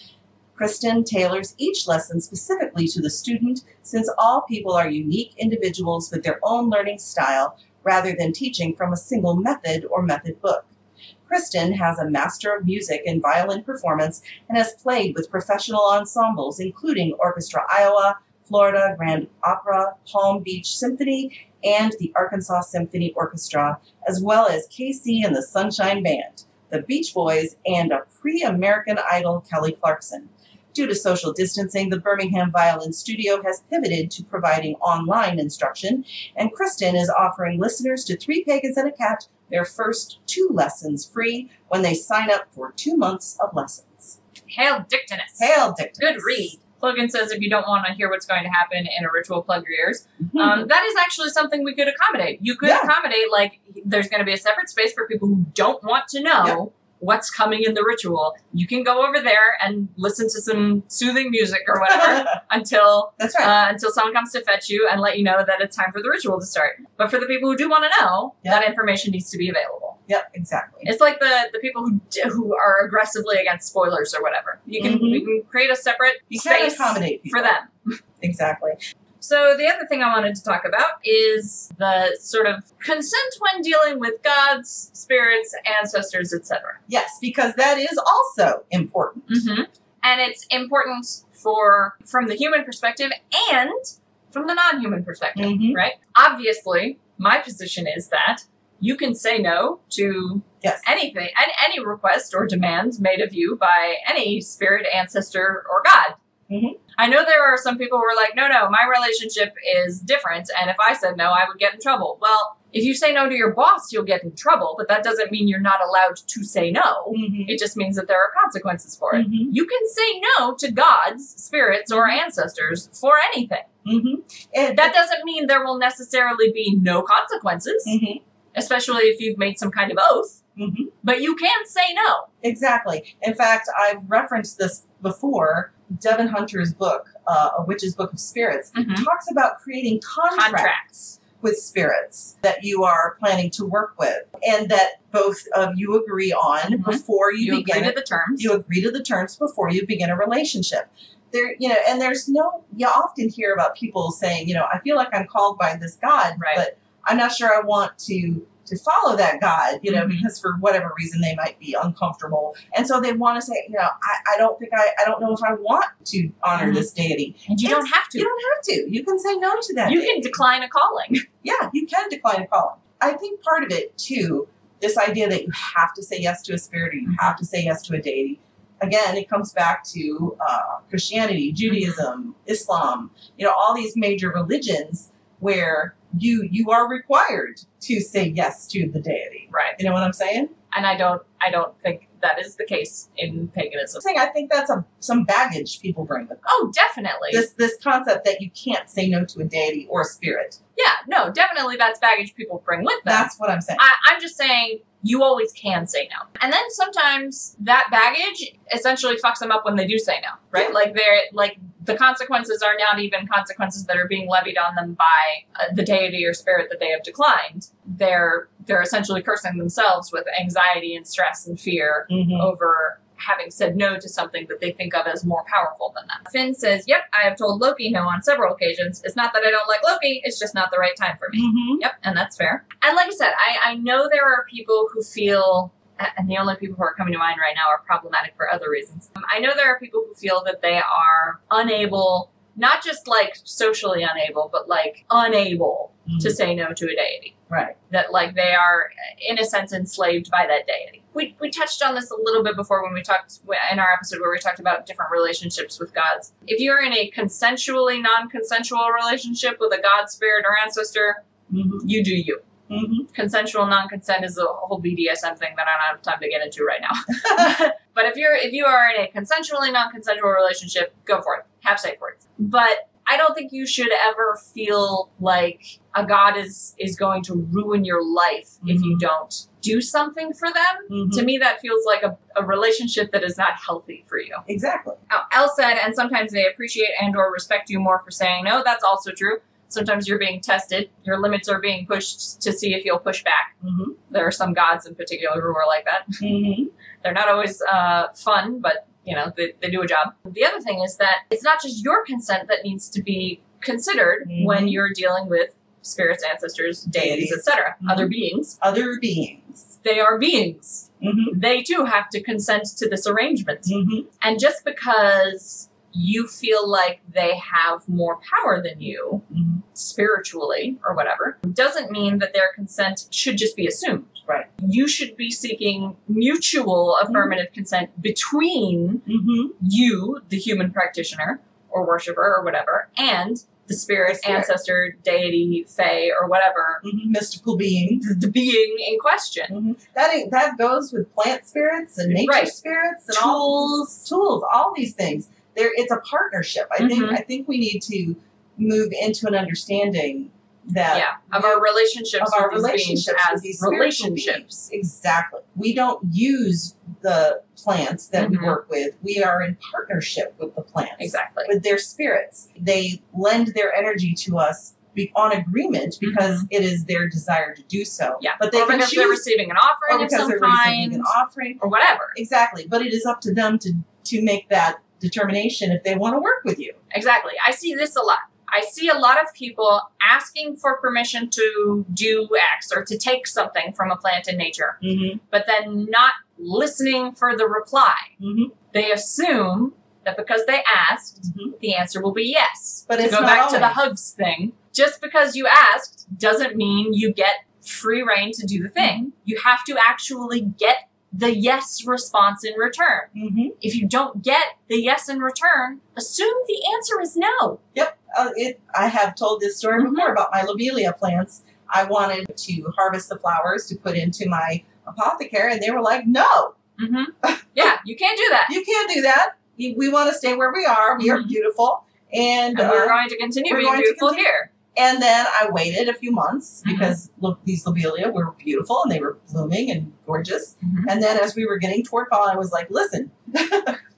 C: Kristen tailors each lesson specifically to the student since all people are unique individuals with their own learning style rather than teaching from a single method or method book. Kristen has a Master of Music in Violin Performance and has played with professional ensembles including Orchestra Iowa, Florida Grand Opera, Palm Beach Symphony, and the Arkansas Symphony Orchestra, as well as KC and the Sunshine Band, the Beach Boys, and a pre American Idol Kelly Clarkson. Due to social distancing, the Birmingham Violin Studio has pivoted to providing online instruction, and Kristen is offering listeners to Three Pagans and a Cat their first two lessons free when they sign up for two months of lessons.
B: Hail Dictinus.
C: Hail, Dictus.
B: Good read. Plugin says if you don't want to hear what's going to happen in a ritual, plug your ears. Um, that is actually something we could accommodate. You could
C: Mm-hmm. Yeah.
B: accommodate like there's going to be a separate space for people who don't want to know what's coming in the ritual. You can go over there and listen to some soothing music or
C: [laughs]
B: whatever until
C: That's right.
B: uh, until someone comes to fetch you and let you know that it's time for the ritual to start. But for the people who do want to know,
C: Yeah.
B: that information needs to be available.
C: Yep, exactly.
B: It's like the the people who d- who are aggressively against spoilers or whatever. You can
C: Mhm.
B: we can create a separate
C: You can
B: space
C: accommodate people.
B: for them.
C: Exactly.
B: So the other thing I wanted to talk about is the sort of consent when dealing with gods, spirits, ancestors, etc.
C: Yes, because that is also important.
B: Mm-hmm. And it's important for from the human perspective and from the non-human perspective.
C: Mhm.
B: Right? Obviously, my position is that you can say no to
C: Yes.
B: anything, any, any request or demand made of you by any spirit, ancestor, or god.
C: Mhm.
B: I know there are some people who are like, no, no, my relationship is different, and if I said no, I would get in trouble. Well, if you say no to your boss, you'll get in trouble, but that doesn't mean you're not allowed to say no.
C: Mhm.
B: It just means that there are consequences for it.
C: Mhm.
B: You can say no to gods, spirits, or ancestors for anything.
C: Mhm. And
B: Mm-hmm. That doesn't mean there will necessarily be no consequences,
C: Mhm.
B: especially if you've made some kind of oath,
C: Mhm.
B: but you can say no.
C: Exactly. In fact, I've referenced this before. Devin Hunter's book, uh, A Witch's Book of Spirits,
B: Mhm.
C: talks about creating contracts
B: contracts.
C: with spirits that you are planning to work with and that both of you agree on
B: Mhm.
C: before you,
B: You,
C: begin
B: agree to the terms.
C: you agree to the terms before you begin a relationship. There, you know, and there's no. You often hear about people saying, you know, I feel like I'm called by this God,
B: Right.
C: but I'm not sure I want to to follow that God, you know,
B: Mhm.
C: because for whatever reason they might be uncomfortable, and so they want to say, you know, I, I don't think I, I don't know if I want to honor
B: Mhm.
C: this deity.
B: and you don't
C: It's-
B: have to.
C: You
B: You,
C: don't have to. You can say no to that. deity
B: can decline a calling.
C: yeah, you can decline a calling. I think part of it too, this idea that you have to say yes to a spirit or you have to say yes to a deity. Again, it comes back to uh, Christianity, Judaism, Islam. You know, all these major religions where you you are required to say yes to the deity.
B: right?
C: You know what I'm saying?
B: And I don't, I don't think that is the case in paganism.
C: I'm saying I think that's a, some baggage people bring with them.
B: Oh, definitely.
C: This this concept that you can't say no to a deity or a spirit.
B: yeah, no, definitely. That's baggage people bring with them.
C: That's what I'm saying.
B: I, I'm just saying you always can say no. And then sometimes that baggage essentially fucks them up when they do say no, right? Like they're like the consequences are not even consequences that are being levied on them by uh, the deity or spirit that they have declined. They're they're essentially cursing themselves with anxiety and stress and fear
C: Mhm.
B: over having said no to something that they think of as more powerful than them. Finn says, Yep, I have told Loki no on several occasions. It's not that I don't like Loki, it's just not the right time for me.
D: Mm-hmm.
C: Mhm.
B: Yep, and that's fair. And like I said, I, I know there are people who feel, and the only people who are coming to mind right now are problematic for other reasons. Um, I know there are people who feel that they are unable, not just like socially unable, but like unable to say no to a deity
C: Right.
B: that like they are in a sense enslaved by that deity. We, we touched on this a little bit before when we talked in our episode where we talked about different relationships with gods. If you're in a consensually non-consensual relationship with a god, spirit, or ancestor,
C: Mm-hmm.
B: you do you.
C: Mm-hmm.
B: Consensual non-consent is a whole BDSM thing that I don't have time to get into right now. [laughs] but if you're if you are in a consensually non-consensual relationship, go for it. Have safe words. But I don't think you should ever feel like a god is is going to ruin your life if you don't do something for them.
C: Mm-hmm.
B: To me, that feels like a, a relationship that is not healthy for you.
C: Exactly.
B: Now, Elle said, and sometimes they appreciate and or respect you more for saying no. That's also true. Sometimes you're being tested. Your limits are being pushed to see if you'll push back.
C: Mm-hmm.
B: There are some gods in particular who are like that.
C: Mm-hmm.
B: They're not always uh, fun, but you know they, they do a job. The other thing is that it's not just your consent that needs to be considered
C: Mhm.
B: when you're dealing with spirits, ancestors, deities,
C: Deities.
B: etc.,
C: Mhm.
B: other beings.
C: Other beings.
B: They are beings.
C: Mm-hmm.
B: They too have to consent to this arrangement.
C: Mm-hmm.
B: And just because you feel like they have more power than you
C: Mhm.
B: spiritually or whatever doesn't mean that their consent should just be assumed.
C: Right.
B: You should be seeking mutual affirmative consent between
C: Mm-hmm.
B: you, the human practitioner or worshiper or whatever, and the spirit,
C: The spirit.
B: ancestor, deity, fae, or whatever,
C: Mm-hmm. Mystical beings.
B: the the being in question.
C: That ain't- that goes with plant spirits and nature
B: Right.
C: spirits and all tools, all these things. There, it's a partnership. I think
B: Mhm.
C: I think we need to move into an understanding that
B: yeah. Of our relationships
C: of our
B: with these beings
C: relationships
B: as
C: with these spiritual
B: relationships.
C: beings. Exactly. We don't use the plants that
B: Mhm.
C: we work with. We are in partnership with the plants.
B: Exactly.
C: With their spirits. They lend their energy to us be- on agreement because it is their desire to do so.
B: Mm-hmm. Yeah,
C: But they
B: or
C: can
B: because
C: choose
B: they're receiving an
C: or
B: offering of
C: because
B: some
C: they're receiving
B: kind,
C: an offering.
B: or whatever.
C: Exactly. But it is up to them to to make that determination if they want to work with you.
B: Exactly. I see this a lot. I see a lot of people asking for permission to do X or to take something from a plant in nature,
C: Mm-hmm.
B: but then not listening for the reply.
C: Mhm.
B: They assume that because they asked,
C: Mm-hmm.
B: the answer will be yes.
C: But
B: to
C: it's
B: go
C: not
B: back to the
C: always.
B: hugs thing, just because you asked doesn't mean you get free reign to do the thing.
C: Mm-hmm.
B: You have to actually get the yes response in return.
C: Mm-hmm.
B: If you don't get the yes in return, assume the answer is no.
C: Yep. Uh, it, I have told this story
B: Mhm.
C: before about my lobelia plants. I wanted to harvest the flowers to put into my apothecary, and they were like, "No,
B: Mm-hmm.
C: [laughs]
B: Yeah, you can't do that.
C: you can't do that. You- We want to stay where we are. We are
B: Mhm.
C: beautiful."
B: And
C: And, uh,
B: we're going to continue
C: we're
B: being
C: going to
B: beautiful
C: continue.
B: here.
C: and then I waited a few months
B: Mhm.
C: because lo- these lobelia were beautiful and they were blooming and gorgeous.
B: Mm-hmm.
C: And then as we were getting toward fall, I was like, listen, [laughs]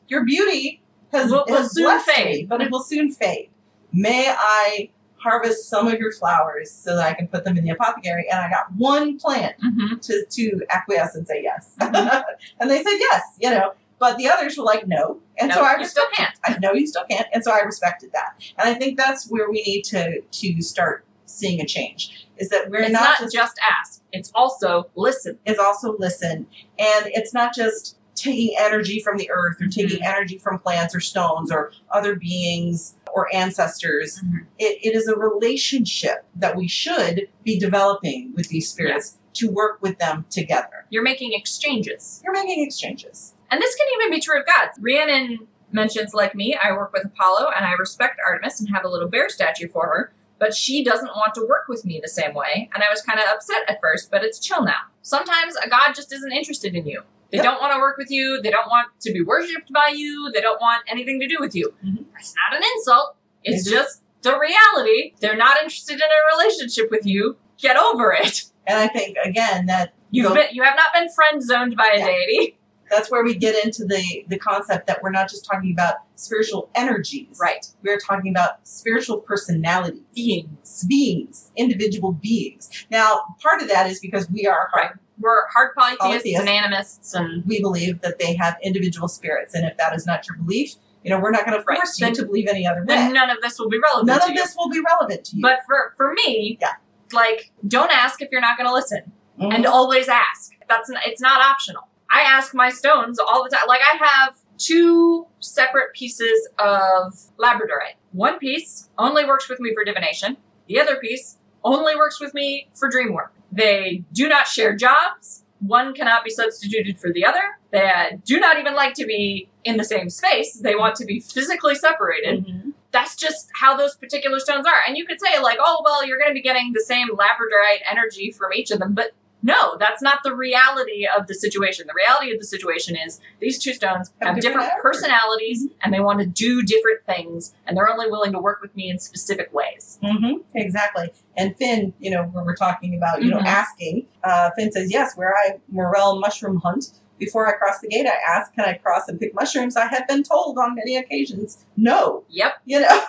C: your beauty has,
B: Will- will
C: has
B: soon
C: blessed me,
B: fade."
C: but it will soon fade. May I harvest some of your flowers so that I can put them in the apothecary? And I got one plant
B: Mm-hmm.
C: to, to acquiesce and say yes. [laughs] and they said yes, you know, but the others were like, no. And
B: no,
C: so I
B: you
C: respected
B: still can't.
C: I know you still can't, and so I respected that. And I think that's where we need to to start seeing a change. Is that we're
B: It's not
C: not, just,
B: just, ask. It's also listen.
C: is also listen, and it's not just taking energy from the earth or taking
B: Mm-hmm.
C: energy from plants or stones or other beings or ancestors.
B: Mhm.
C: It, it is a relationship that we should be developing with these spirits to work with them together.
B: You're making exchanges.
C: You're making exchanges.
B: And this can even be true of gods. Rhiannon mentions, like me, I work with Apollo and I respect Artemis and have a little bear statue for her. but she doesn't want to work with me the same way. And I was kind of upset at first, but it's chill now. Sometimes a god just isn't interested in you. They
C: Yep.
B: don't want to work with you. They don't want to be worshipped by you. They don't want anything to do with you.
C: Mhm.
B: That's not an insult. It's
C: Mhm.
B: just the reality. They're not interested in a relationship with you. Get over it.
C: And I think again that you
B: You've
C: know,
B: been, you have not been friend zoned by a
C: Yeah.
B: deity.
C: that's where we get into the the concept that we're not just talking about spiritual energies.
B: Right.
C: We're talking about spiritual personalities.
B: Beings.
C: Beings, individual beings. Now, part of that is because we are
B: Right. We're hard polytheists
C: Polytheists.
B: and animists and
C: we believe that they have individual spirits, and if that is not your belief, you know we're not going to
B: Right.
C: force
B: Then-
C: you to believe any other way.
B: then none of this will be relevant
C: None
B: to
C: of
B: you.
C: this will be relevant to you.
B: But for, for me,
C: Yeah.
B: like, don't ask if you're not going to listen.
C: Mhm.
B: and always ask. That's n it's not optional. I ask my stones all the time. Like I have two separate pieces of labradorite. One piece only works with me for divination. The other piece only works with me for dream work. They do not share jobs. One cannot be substituted for the other. They uh, do not even like to be in the same space. They want to be physically separated
C: Mhm.
B: that's just how those particular stones are. And you could say, like, oh, well, you're going to be getting the same labradorite energy from each of them. But no, that's not the reality of the situation. The reality of the situation is these two stones
C: Have
B: have,
C: different Mm-hmm.
B: different,
C: hours.
B: personalities and they want to do different things. And they're only willing to work with me in specific ways.
C: Mhm. Exactly. And Finn, you know, when we're talking about, you
B: Mhm.
C: know, asking, uh, Finn says, yes, where I morel mushroom hunt. Before I cross the gate, I ask, can I cross and pick mushrooms? I have been told on many occasions, no. [laughs]
B: Yep.
C: You know,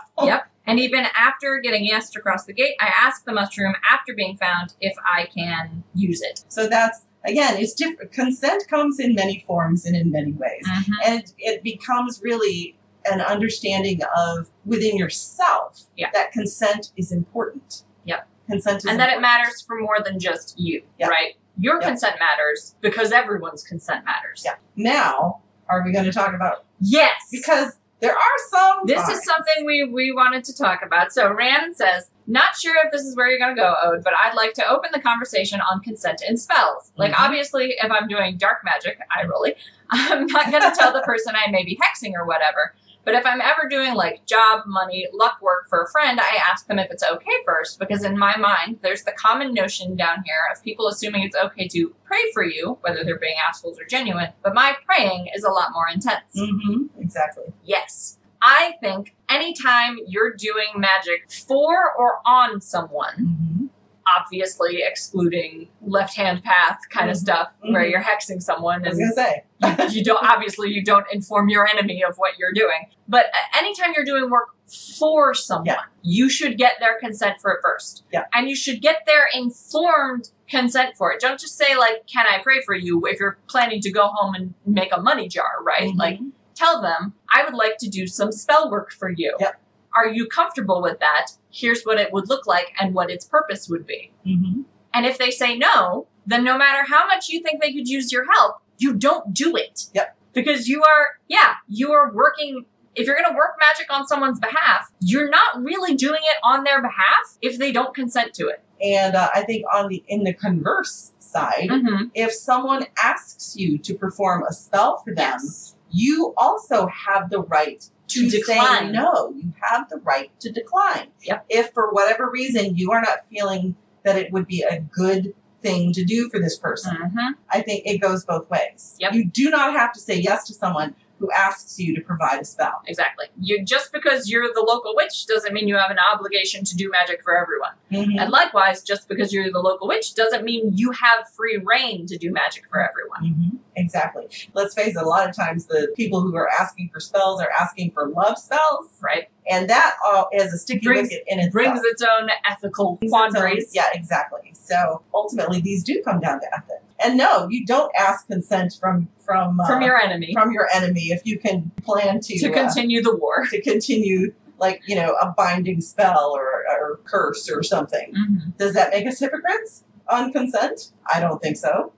B: And even after getting yes to cross the gate, I ask the mushroom after being found if I can use it.
C: so that's again, it's different. Consent comes in many forms and in many ways.
B: Mm-hmm.
C: and it, it becomes really an understanding of within yourself
B: Yeah.
C: that consent is important.
B: Yep.
C: Consent is
B: and that it
C: important.
B: matters for more than just you,
C: Yeah.
B: right? Your
C: Yeah.
B: consent matters because everyone's consent matters.
C: Yeah. Now, are we going to talk about
B: Yes.
C: because there are some
B: this
C: times-
B: is something we, we wanted to talk about. So Rand says, not sure if this is where you're going to go, Ode, but I'd like to open the conversation on consent in spells. Like,
C: Mhm.
B: obviously, if I'm doing dark magic, I really, [laughs] I'm not going to tell the person I may be hexing or whatever. But if I'm ever doing like job, money, luck work for a friend, I ask them if it's okay first, because in my mind, there's the common notion down here of people assuming it's okay to pray for you, whether they're being assholes or genuine. But my praying is a lot more intense.
C: Mhm,
B: Mm-hmm.
C: exactly.
B: Yes. I think anytime you're doing magic for or on someone,
C: Mhm,
B: obviously excluding left hand path kind of
C: Mhm.
B: stuff where
C: Mhm.
B: you're hexing someone
C: [laughs] I was
B: and
C: going to say
B: you- you don't obviously you don't inform your enemy of what you're doing but a- anytime you're doing work for someone
C: Yeah.
B: you should get their consent for it first
C: Yeah.
B: and you should get their informed consent for it don't just say like can i pray for you if you're planning to go home and make a money jar right
C: Mhm.
B: like tell them i would like to do some spell work for you
C: Yep.
B: are you comfortable with that here's what it would look like and what its purpose would be
C: mhm,
B: and if they say no, then no matter how much you think they could use your help, you don't do it.
C: Yep.
B: Because you are, yeah, you are working. If you're going to work magic on someone's behalf, you're not really doing it on their behalf if they don't consent to it.
C: and uh, I think on the in the converse side,
B: Mm-hmm.
C: if someone asks you to perform a spell for them, you also have the right
B: To
C: say
B: decline.
C: no. You have the right to decline.
B: Yep.
C: If for whatever reason you are not feeling that it would be a good thing to do for this person,
B: Mm-hmm.
C: I think it goes both ways.
B: Yep.
C: You do not have to say yes to someone who asks you to provide a spell.
B: Exactly. You just because you're the local witch doesn't mean you have an obligation to do magic for everyone. And likewise, just because you're the local witch doesn't mean you have free reign to do magic for everyone.
C: Mhm. Exactly. Let's face it, a lot of times the people who are asking for spells are asking for love spells,
B: Right?
C: and that uh, is a sticky
B: Brings-
C: wicket in itself.
B: Brings its own ethical
C: So,
B: quandaries.
C: yeah, exactly. So ultimately, these do come down to ethics. And no, you don't ask consent from from uh,
B: from your enemy.
C: from your enemy if you can plan to
B: to
C: uh,
B: continue the war.
C: to continue like you know a binding spell or, or curse or something.
B: Mm-hmm.
C: Does that make us hypocrites on consent? I don't think so.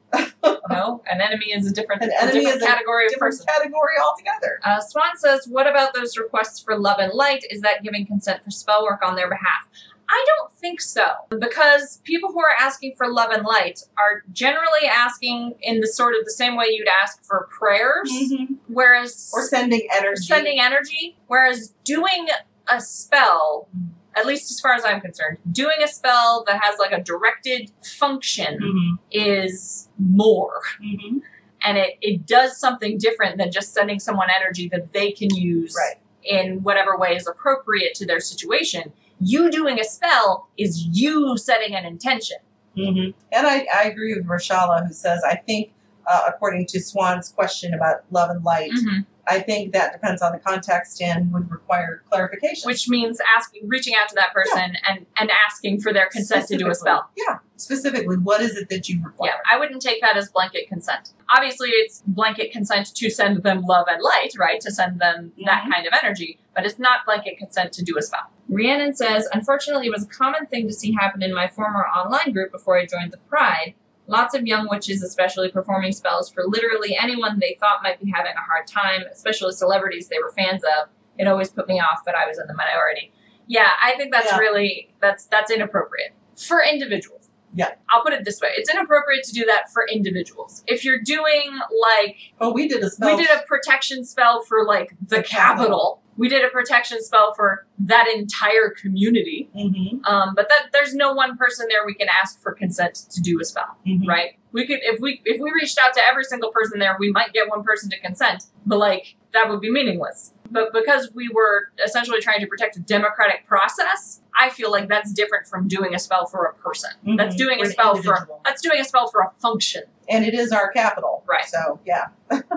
B: No, an enemy is a different,
C: An
B: a
C: enemy
B: different
C: is a
B: category of
C: Different
B: person.
C: category altogether.
B: Uh, Swan says, "What about those requests for love and light? Is that giving consent for spell work on their behalf?" I don't think so, because people who are asking for love and light are generally asking in the sort of the same way you'd ask for prayers,
C: Mm-hmm.
B: whereas
C: Or sending energy.
B: sending energy, whereas doing a spell at least as far as I'm concerned, doing a spell that has like a directed function
C: hmm
B: is more.
C: hmm
B: And it, it does something different than just sending someone energy that they can use
C: Right.
B: in whatever way is appropriate to their situation. You doing a spell is you setting an intention.
C: hmm And I, I agree with Rashala, who says, I think, uh, according to Swan's question about love and light,
B: Mm-hmm.
C: I think that depends on the context and would require clarification.
B: Which means asking reaching out to that person and, and asking for their consent to do a
C: Specifically.
B: spell.
C: Yeah, specifically, what is it that you
B: Yeah,
C: require?
B: I wouldn't take that as blanket consent. Obviously, it's blanket consent to send them love and light, right? To send them that kind of energy, but it's not blanket consent to do a spell. Rhiannon says, unfortunately, it was a common thing to see happen in my former online group before I joined the Pride. Lots of young witches, especially, performing spells for literally anyone they thought might be having a hard time, especially celebrities they were fans of. It always put me off, but I was in the minority. Yeah, I think that's
C: Yeah.
B: really that's that's inappropriate for individuals.
C: Yeah.
B: I'll put it this way: it's inappropriate to do that for individuals. If you're doing like
C: Well, we did a spell.
B: we did a protection spell for like the,
C: The
B: capital.
C: capital.
B: we did a protection spell for that entire community.
C: Mhm,
B: Um, but that there's no one person there we can ask for consent to do a spell,
C: mhm.
B: right? We could if we if we reached out to every single person there, we might get one person to consent, but like that would be meaningless. But because we were essentially trying to protect a democratic process, I feel like that's different from doing a spell for a person.
C: Mhm,
B: That's doing
C: for
B: a
C: an
B: spell for
C: individual.
B: that's doing a spell for a function.
C: And it is our capital.
B: Right.
C: So, yeah.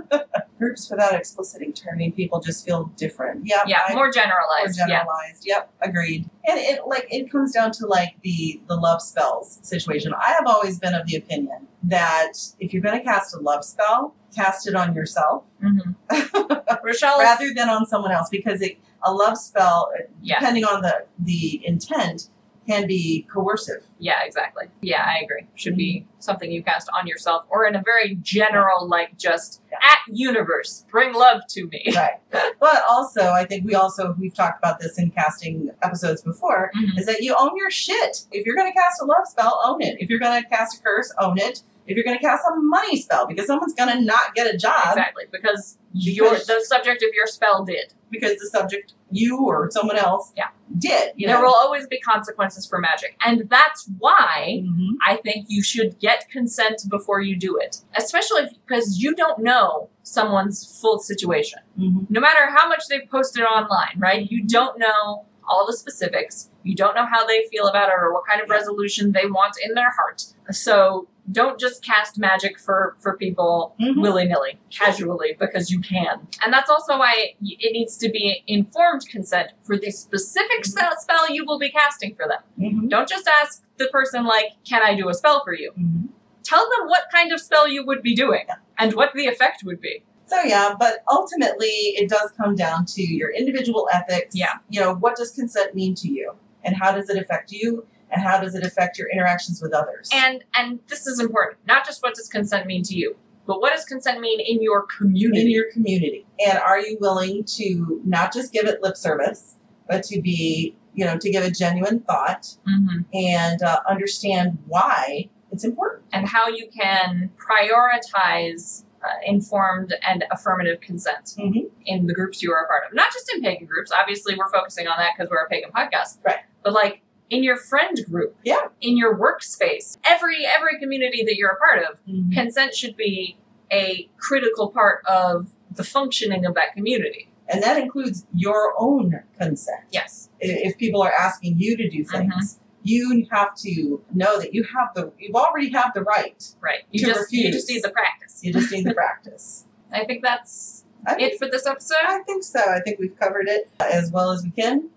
C: [laughs] Groups without explicit terming people just feel different. Yeah.
B: Yeah,
C: I-
B: more
C: or
B: generalized. Yeah.
C: generalized. Yep, agreed. And it like it comes down to like the the love spells situation. I have always been of the opinion that if you're going to cast a love spell, cast it on yourself
B: Mm-hmm. Rochelle,
C: [laughs] rather than on someone else because it, a love spell,
B: yeah,
C: depending on the the intent, can be coercive.
B: yeah, exactly. Yeah, I agree. Should be something you cast on yourself, or in a very general, like just
C: Mm-hmm. Yeah.
B: at universe, bring love to me.
C: Right. but also, I think we also we've talked about this in casting episodes before.
B: Mhm.
C: is that you own your shit. If you're going to cast a love spell, own it. If you're going to cast a curse, own it. If you're going to cast a money spell, because someone's going to not get a job
B: Exactly, because your
C: Because-
B: the subject of your spell did.
C: because the subject, you or someone else,
B: Yeah.
C: did. You
B: there
C: know?
B: will always be consequences for magic, and that's why
C: Mhm.
B: I think you should get consent before you do it, especially because you don't know someone's full situation.
C: Mhm.
B: no matter how much they've posted online, right? You don't know all the specifics. You don't know how they feel about it or what kind of
C: Yeah.
B: resolution they want in their heart. So don't just cast magic for for people
C: Mhm.
B: willy nilly, casually, because you can. And that's also why y- it needs to be informed consent for the specific spell spell you will be casting for them.
C: Mhm.
B: Don't just ask the person like, "Can I do a spell for you?"
C: Mhm.
B: Tell them what kind of spell you would be doing
C: Yeah.
B: and what the effect would be.
C: So yeah, but ultimately it does come down to your individual ethics.
B: Yeah.
C: You know, what does consent mean to you? And how does it affect you? And how does it affect your interactions with others?
B: And and this is important. Not just what does consent mean to you, but what does consent mean in your community?
C: in your community and are you willing to not just give it lip service but to be you know to give a genuine thought
B: Mhm.
C: and uh, understand why it's important
B: And how you can prioritize uh, informed and affirmative consent
C: Mhm.
B: in the groups you are a part of. Not just in pagan groups. Obviously, we're focusing on that because we're a pagan podcast.
C: Right.
B: But like in your friend group,
C: Yeah.
B: in your workspace, every every community that you're a part of,
C: Mm-hmm.
B: consent should be a critical part of the functioning of that community.
C: and that includes your own consent
B: Yes.
C: I- if people are asking you to do things you have to know that you have the you already have the right
B: Right. You
C: to
B: just you
C: refuse.
B: just need the practice.
C: you just need the practice
B: I think that's
C: I think,
B: it for this episode.
C: I think so i think we've covered it as well as we can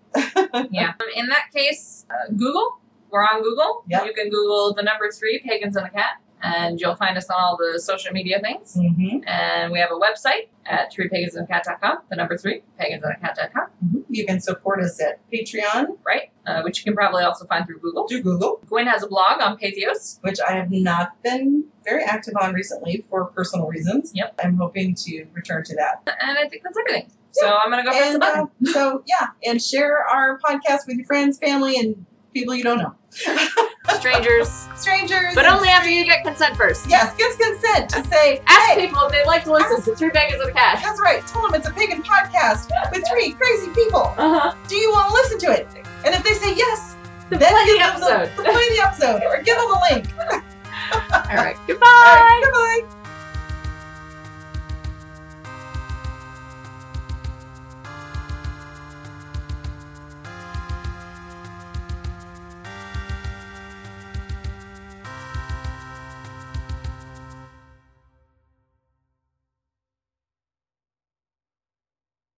B: Yeah. Um, In that case, uh, Google. We're on Google.
C: Yep.
B: You can Google the number three, Pagans and a Cat, and you'll find us on all the social media things.
C: mm-hmm.
B: And we have a website at threepagansandacat.com, the number three, pagansandacat.com,
C: Mm-hmm. you can support us at patreon
B: right? Uh, which you can probably also find through Google.
C: do google
B: Gwen has a blog on Patheos.
C: which I have not been very active on recently for personal reasons.
B: Yep.
C: I'm hoping to return to that.
B: And I think that's everything. So I'm going to go press the
C: And
B: button.
C: uh, so, yeah, and share our podcast with your friends, family, and people you don't know.
B: [laughs] Strangers.
C: Strangers.
B: But only after you get consent first.
C: Yes, gets consent to say,
B: Ask
C: hey,
B: people if they'd like to listen to Three Pagans and a Cat.
C: that's right, tell them it's a pagan podcast with three crazy people.
B: Uh-huh.
C: Do you want to listen to it? And And if they say yes,
E: The
C: then
E: play
C: give
E: the
C: them the,
E: episode.
B: [laughs]
C: the play the episode or give them a link.
E: All right.
C: [laughs] All
E: Goodbye.
C: right, goodbye.